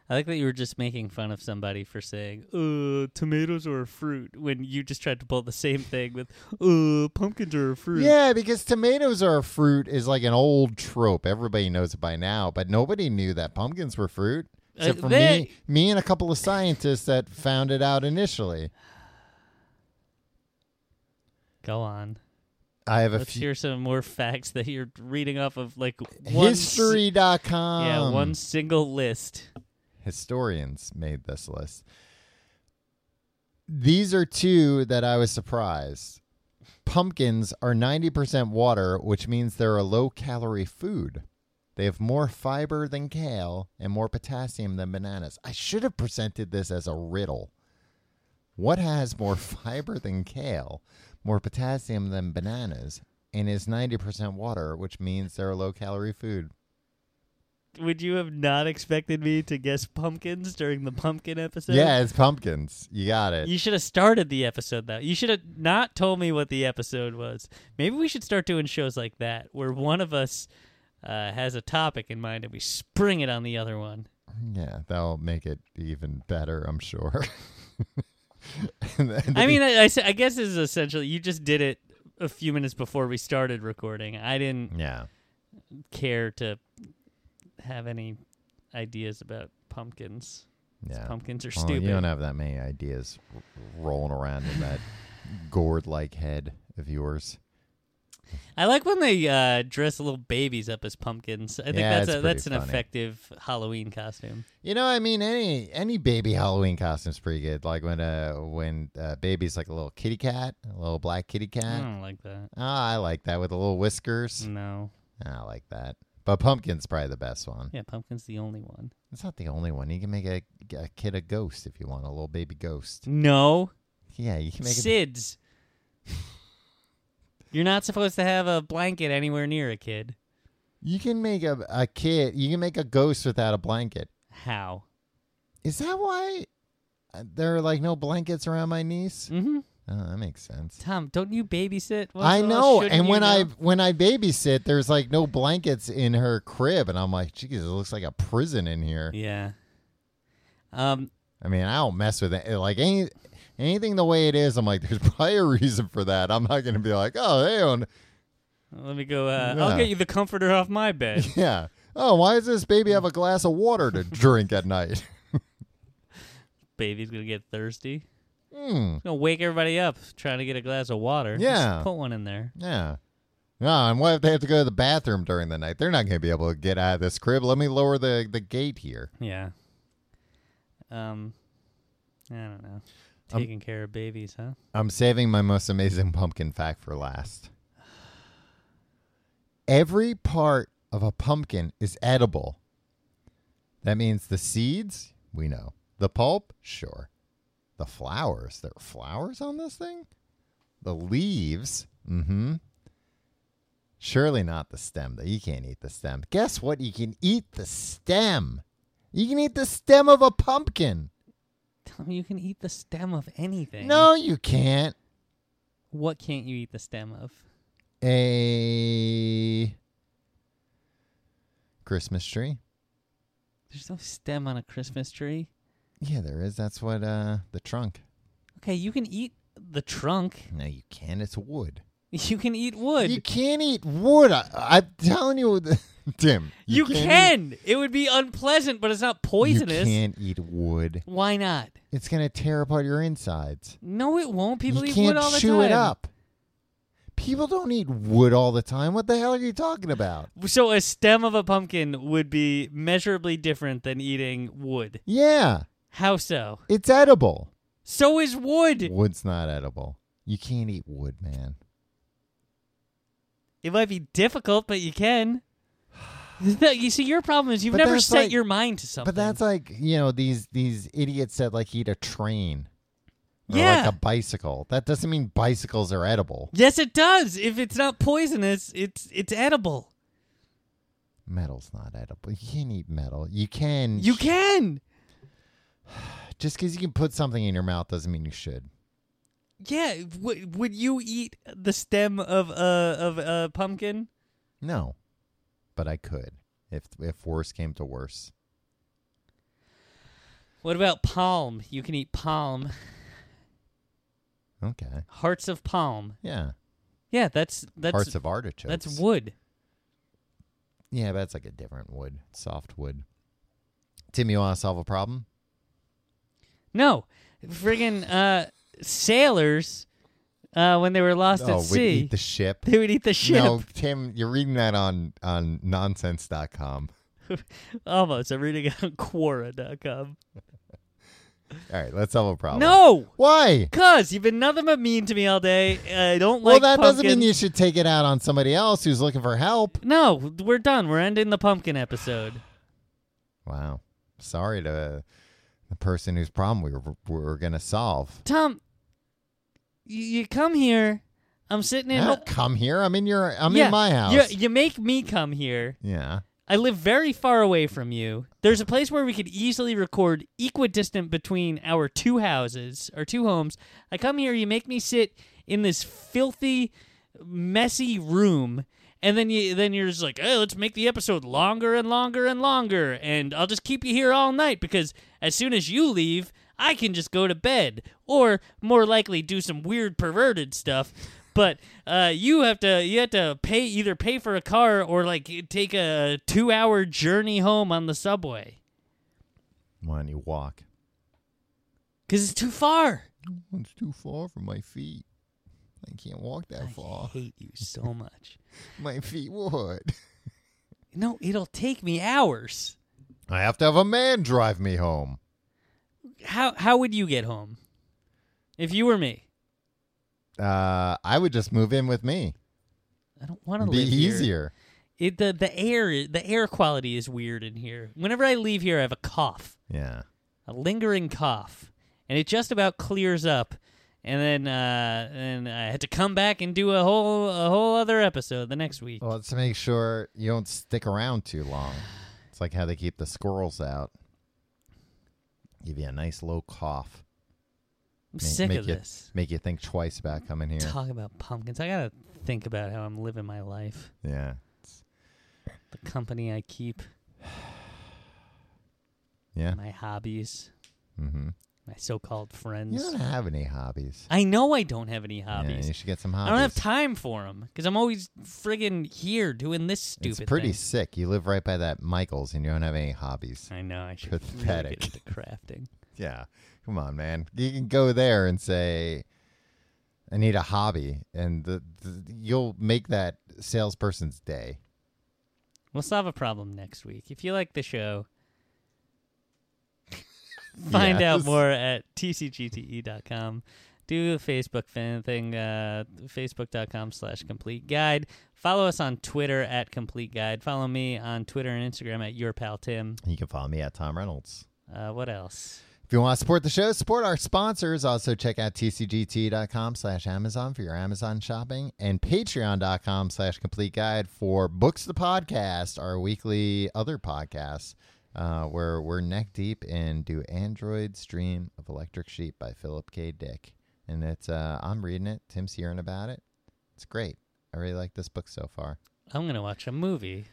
S3: I like that you were just making fun of somebody for saying, uh, tomatoes are a fruit, when you just tried to pull the same thing with, uh, pumpkins are a fruit.
S2: Yeah, because tomatoes are a fruit is like an old trope. Everybody knows it by now, but nobody knew that pumpkins were fruit.
S3: Uh,
S2: Except for
S3: they-
S2: me, me and a couple of scientists that found it out initially.
S3: Go on.
S2: I have a
S3: Let's
S2: few
S3: hear some more facts that you're reading off of, like, one s-
S2: history.com.
S3: yeah, one single list.
S2: historians made this list. These are two that I was surprised. Pumpkins are 90% water, which means they're a low calorie food. They have more fiber than kale and more potassium than bananas. I should have presented this as a riddle. What has more fiber than kale, more potassium than bananas, and is 90% water, which means they're a low calorie food?
S3: Would you have not expected me to guess pumpkins during the pumpkin episode?
S2: yeah, it's pumpkins. You got it.
S3: You should have started the episode though. You should have not told me what the episode was. Maybe we should start doing shows like that where one of us uh, has a topic in mind and we spring it on the other one.
S2: Yeah, that'll make it even better, I'm sure. And then-
S3: I mean, I, I s- I guess this is essentially you just did it a few minutes before we started recording. I didn't
S2: yeah,
S3: care to have any ideas about pumpkins.
S2: yeah.
S3: Pumpkins are
S2: Well,
S3: stupid.
S2: You don't have that many ideas r- rolling around in that gourd-like head of yours.
S3: I like when they uh, dress little babies up as pumpkins. I think
S2: Yeah,
S3: that's
S2: it's
S3: a, that's an
S2: pretty funny.
S3: effective Halloween costume.
S2: You know, I mean, any any baby Halloween costume's pretty good. Like when uh when uh, baby's like a little kitty cat, a little black kitty
S3: I
S2: cat.
S3: don't like that.
S2: Ah, I like that with the little whiskers.
S3: No.
S2: I like that. But pumpkin's probably the best one.
S3: Yeah, pumpkin's the only one.
S2: It's not the only one. You can make a, a kid a ghost if you want a little baby ghost.
S3: No.
S2: Yeah, you can make it.
S3: SIDS. You're not supposed to have a blanket anywhere near a kid.
S2: You can make a, a kid. You can make a ghost without a blanket.
S3: How?
S2: Is that why uh, there are like no blankets around my niece?
S3: Mm-hmm.
S2: Oh, that makes sense.
S3: Tom, don't you babysit? What
S2: I
S3: else
S2: know.
S3: uh, shouldn't
S2: And
S3: you
S2: when
S3: know?
S2: I when I babysit, there's like no blankets in her crib, and I'm like, geez, it looks like a prison in here.
S3: Yeah. Um.
S2: I mean, I don't mess with it. uh, Like any anything the way it is, I'm like, there's probably a reason for that. I'm not gonna be like, oh, they don't.
S3: Let me go. Uh, I'll
S2: Yeah.
S3: get you the comforter off my bed.
S2: Yeah. Oh, why does this baby have a glass of water to drink at night?
S3: Baby's gonna get thirsty.
S2: Hmm.
S3: Gonna wake everybody up trying to get a glass of water. Just
S2: Yeah.
S3: put one in there.
S2: Yeah. No, and what if they have to go to the bathroom during the night? They're not going to be able to get out of this crib. Let me lower the, the gate here.
S3: Yeah. Um. I don't know.
S2: Um,
S3: Taking care of babies, huh?
S2: I'm saving my most amazing pumpkin fact for last. Every part of a pumpkin is edible. That means the seeds, we know. The pulp, sure. The flowers, there are flowers on this thing? The leaves, mm hmm. Surely not the stem, though. You can't eat the stem. Guess what? You can eat the stem. You can eat the stem of a pumpkin.
S3: Tell me you can eat the stem of anything.
S2: No, you can't.
S3: What can't you eat the stem of?
S2: a Christmas tree.
S3: There's no stem on a Christmas tree.
S2: Yeah, there is. That's what uh the trunk.
S3: Okay, you can eat the trunk.
S2: No, you can't. It's wood.
S3: You can eat wood.
S2: You can't eat wood. I, I'm telling you, Tim.
S3: You,
S2: can't
S3: can. It would be unpleasant, but it's not
S2: eat- You
S3: poisonous.
S2: can't eat wood.
S3: Why not?
S2: It's gonna tear apart your insides.
S3: No, it won't. People
S2: you
S3: eat
S2: can't
S3: wood all the
S2: chew
S3: time.
S2: it up. People don't eat wood all the time. What the hell are you talking about?
S3: So a stem of a pumpkin would be measurably different than eating wood.
S2: Yeah,
S3: How so?
S2: it's edible.
S3: So is wood.
S2: Wood's not edible. You can't eat wood, man.
S3: It might be difficult, but you can. No, you see, your problem is you've
S2: But
S3: never
S2: that's
S3: set
S2: like-
S3: your mind to something.
S2: But that's like you know these these idiots that like eat a train or
S3: Yeah.
S2: like a bicycle. That doesn't mean bicycles are edible.
S3: yes, it does. If it's not poisonous, it's it's edible.
S2: Metal's not edible. You can't eat metal. You can.
S3: You can.
S2: just because you can put something in your mouth doesn't mean you should.
S3: Yeah. W- would you eat the stem of a of a pumpkin?
S2: No, but I could if if worse came to worse.
S3: What about palm? You can eat palm.
S2: Okay.
S3: Hearts of palm.
S2: Yeah.
S3: Yeah, that's that's
S2: Hearts of artichokes.
S3: that's wood.
S2: Yeah, but that's like a different wood, soft wood. Tim, you want to solve a problem?
S3: No, friggin' uh, sailors uh, when they were lost
S2: oh,
S3: at
S2: we
S3: sea,
S2: eat the ship.
S3: they would eat the ship.
S2: No, Tim, you're reading that on on nonsense.com.
S3: Almost. I'm reading it on Quora.com.
S2: All right, let's solve a problem.
S3: No,
S2: Why?
S3: cause you've been nothing but mean to me all day. I don't
S2: well,
S3: like.
S2: that doesn't mean
S3: pumpkin.
S2: you should take it out on somebody else who's looking for help.
S3: No, we're done. We're ending the pumpkin episode.
S2: Wow. Sorry to the person whose problem we were, we were going to solve.
S3: Tom, you, you come here. I'm sitting in.
S2: I
S3: a-
S2: don't Ah, come here. I'm in your. I'm
S3: Yeah,
S2: in my house.
S3: You, you make me come here.
S2: yeah.
S3: I live very far away from you. There's a place where we could easily record equidistant between our two houses, our two homes. I come here, you make me sit in this filthy, messy room, and then you then you're just like, "Oh, let's make the episode longer and longer and longer, and I'll just keep you here all night because as soon as you leave, I can just go to bed or more likely do some weird perverted stuff." but uh, you have to you have to pay either pay for a car or like take a two hour journey home on the subway
S2: Why don't you walk?
S3: because it's too far.
S2: It's too far from my feet. I can't walk that
S3: I
S2: far.
S3: hate you so much.
S2: My feet would.
S3: no, it'll take me hours.
S2: I have to have a man drive me home.
S3: How how would you get home if you were me?
S2: Uh, I would just move in with me.
S3: I don't want to
S2: It'd
S3: live
S2: be
S3: here.
S2: easier.
S3: It, the the air the air quality is weird in here. Whenever I leave here, I have a cough.
S2: Yeah.
S3: a lingering cough, and it just about clears up. And then, uh, and I had to come back and do a whole a whole other episode the next week.
S2: Well, it's to make sure you don't stick around too long. It's like how they keep the squirrels out. Give you a nice low cough.
S3: I'm
S2: Ma-
S3: sick
S2: make
S3: of
S2: you,
S3: this.
S2: Make you think twice about coming here.
S3: Talk about pumpkins. I gotta think about how I'm living my life.
S2: Yeah.
S3: The company I keep,
S2: Yeah.
S3: my hobbies,
S2: Mm-hmm.
S3: my so-called
S2: You
S3: friends.
S2: don't have any hobbies.
S3: I know I don't have any
S2: Yeah,
S3: hobbies.
S2: you should get some hobbies.
S3: I don't have time for them because I'm always friggin' here doing this stupid.
S2: It's pretty
S3: thing.
S2: sick. You live right by that Michaels and you don't have any hobbies.
S3: I know. I should really
S2: pathetic.
S3: get into crafting.
S2: Yeah. Come on, man. You can go there and say, I need a hobby. And the, the, you'll make that salesperson's day.
S3: We'll solve a problem next week. If you like the show, find out
S2: Yes.
S3: more at tcgte.com. Do a Facebook fan thing, uh, facebook.com slash complete guide. Follow us on Twitter at complete guide. Follow me on Twitter and Instagram at your pal Tim.
S2: You can follow me at Tom Reynolds.
S3: Uh, what else?
S2: If you want to support the show, support our sponsors. Also, check out tcgt.com slash Amazon for your Amazon shopping and patreon.com slash complete guide for Books the Podcast, our weekly other podcast, uh, where we're neck deep in Do Androids Dream of Electric Sheep by Philip K. Dick. And it's uh, I'm reading it. Tim's hearing about it. It's great. I really like this book so far.
S3: I'm going to watch a movie.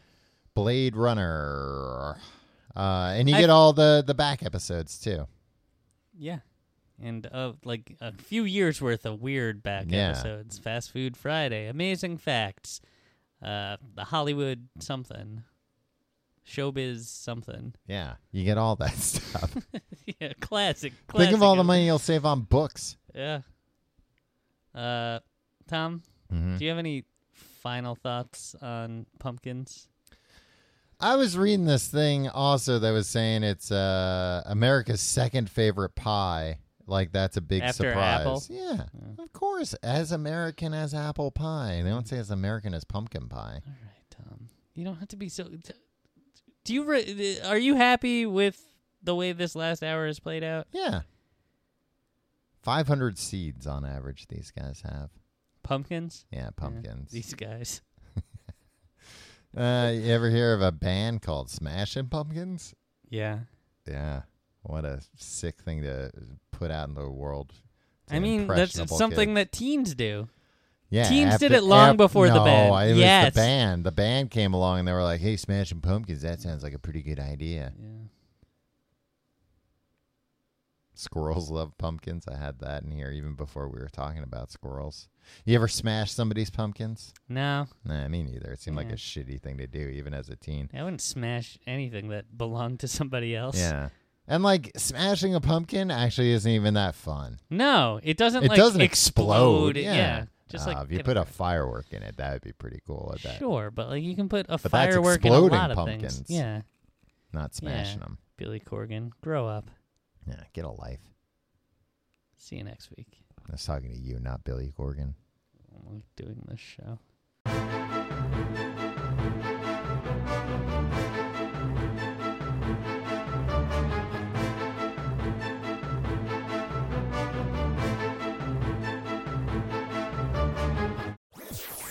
S2: Blade Runner. Uh, and you
S3: I-
S2: get all the, the back episodes too.
S3: Yeah. and uh, like a few years worth of weird back
S2: Yeah.
S3: episodes. Fast Food Friday, Amazing Facts, uh, the Hollywood something, Showbiz something.
S2: Yeah, you get all that stuff.
S3: yeah, classic. classic
S2: Think of all the money you'll save on books.
S3: Yeah. Uh, Tom,
S2: Mhm.
S3: do you have any final thoughts on pumpkins?
S2: I was reading this thing also that was saying it's uh, America's second favorite pie. Like that's a big
S3: After
S2: surprise.
S3: apple?
S2: Yeah, of course, as American as apple pie. They don't say as American as pumpkin pie.
S3: All right, Tom. You don't have to be so. t- Do you? Re- are you happy with the way this last hour has played out?
S2: Yeah, five hundred seeds on average. These guys have.
S3: Pumpkins.
S2: Yeah,
S3: Yeah,
S2: pumpkins.
S3: these guys.
S2: Uh, you ever hear of a band called Smashing Pumpkins?
S3: Yeah.
S2: Yeah, what a sick thing to put out in the world. It's
S3: I
S2: an
S3: mean, that's
S2: impressionable
S3: something
S2: kid.
S3: that teens do.
S2: Yeah,
S3: Teens did it long before the
S2: no,
S3: band.
S2: it was
S3: Yes.
S2: the band. The band came along and they were like, "Hey, Smashing Pumpkins, that sounds like a pretty good idea."
S3: Yeah.
S2: Squirrels love pumpkins. I had that in here even before we were talking about squirrels. You ever smash somebody's pumpkins?
S3: No,
S2: Nah, me neither. It seemed like
S3: Yeah.
S2: a shitty thing to do, even as a teen.
S3: I wouldn't smash anything that belonged to somebody else.
S2: Yeah, and like smashing a pumpkin actually isn't even that fun.
S3: No, it doesn't.
S2: It
S3: like,
S2: doesn't explode.
S3: Yeah. Just
S2: Uh,
S3: like
S2: if you
S3: get
S2: put a firework in it, that would be pretty cool. I bet.
S3: Sure, but like you can put a
S2: that's
S3: firework in a
S2: exploding
S3: lot of
S2: pumpkins.
S3: things. Yeah,
S2: Not smashing them.
S3: Billy Corgan, grow up.
S2: Yeah, get a life.
S3: See you next week.
S2: I was talking to you, not Billy Corgan.
S3: We're doing this show.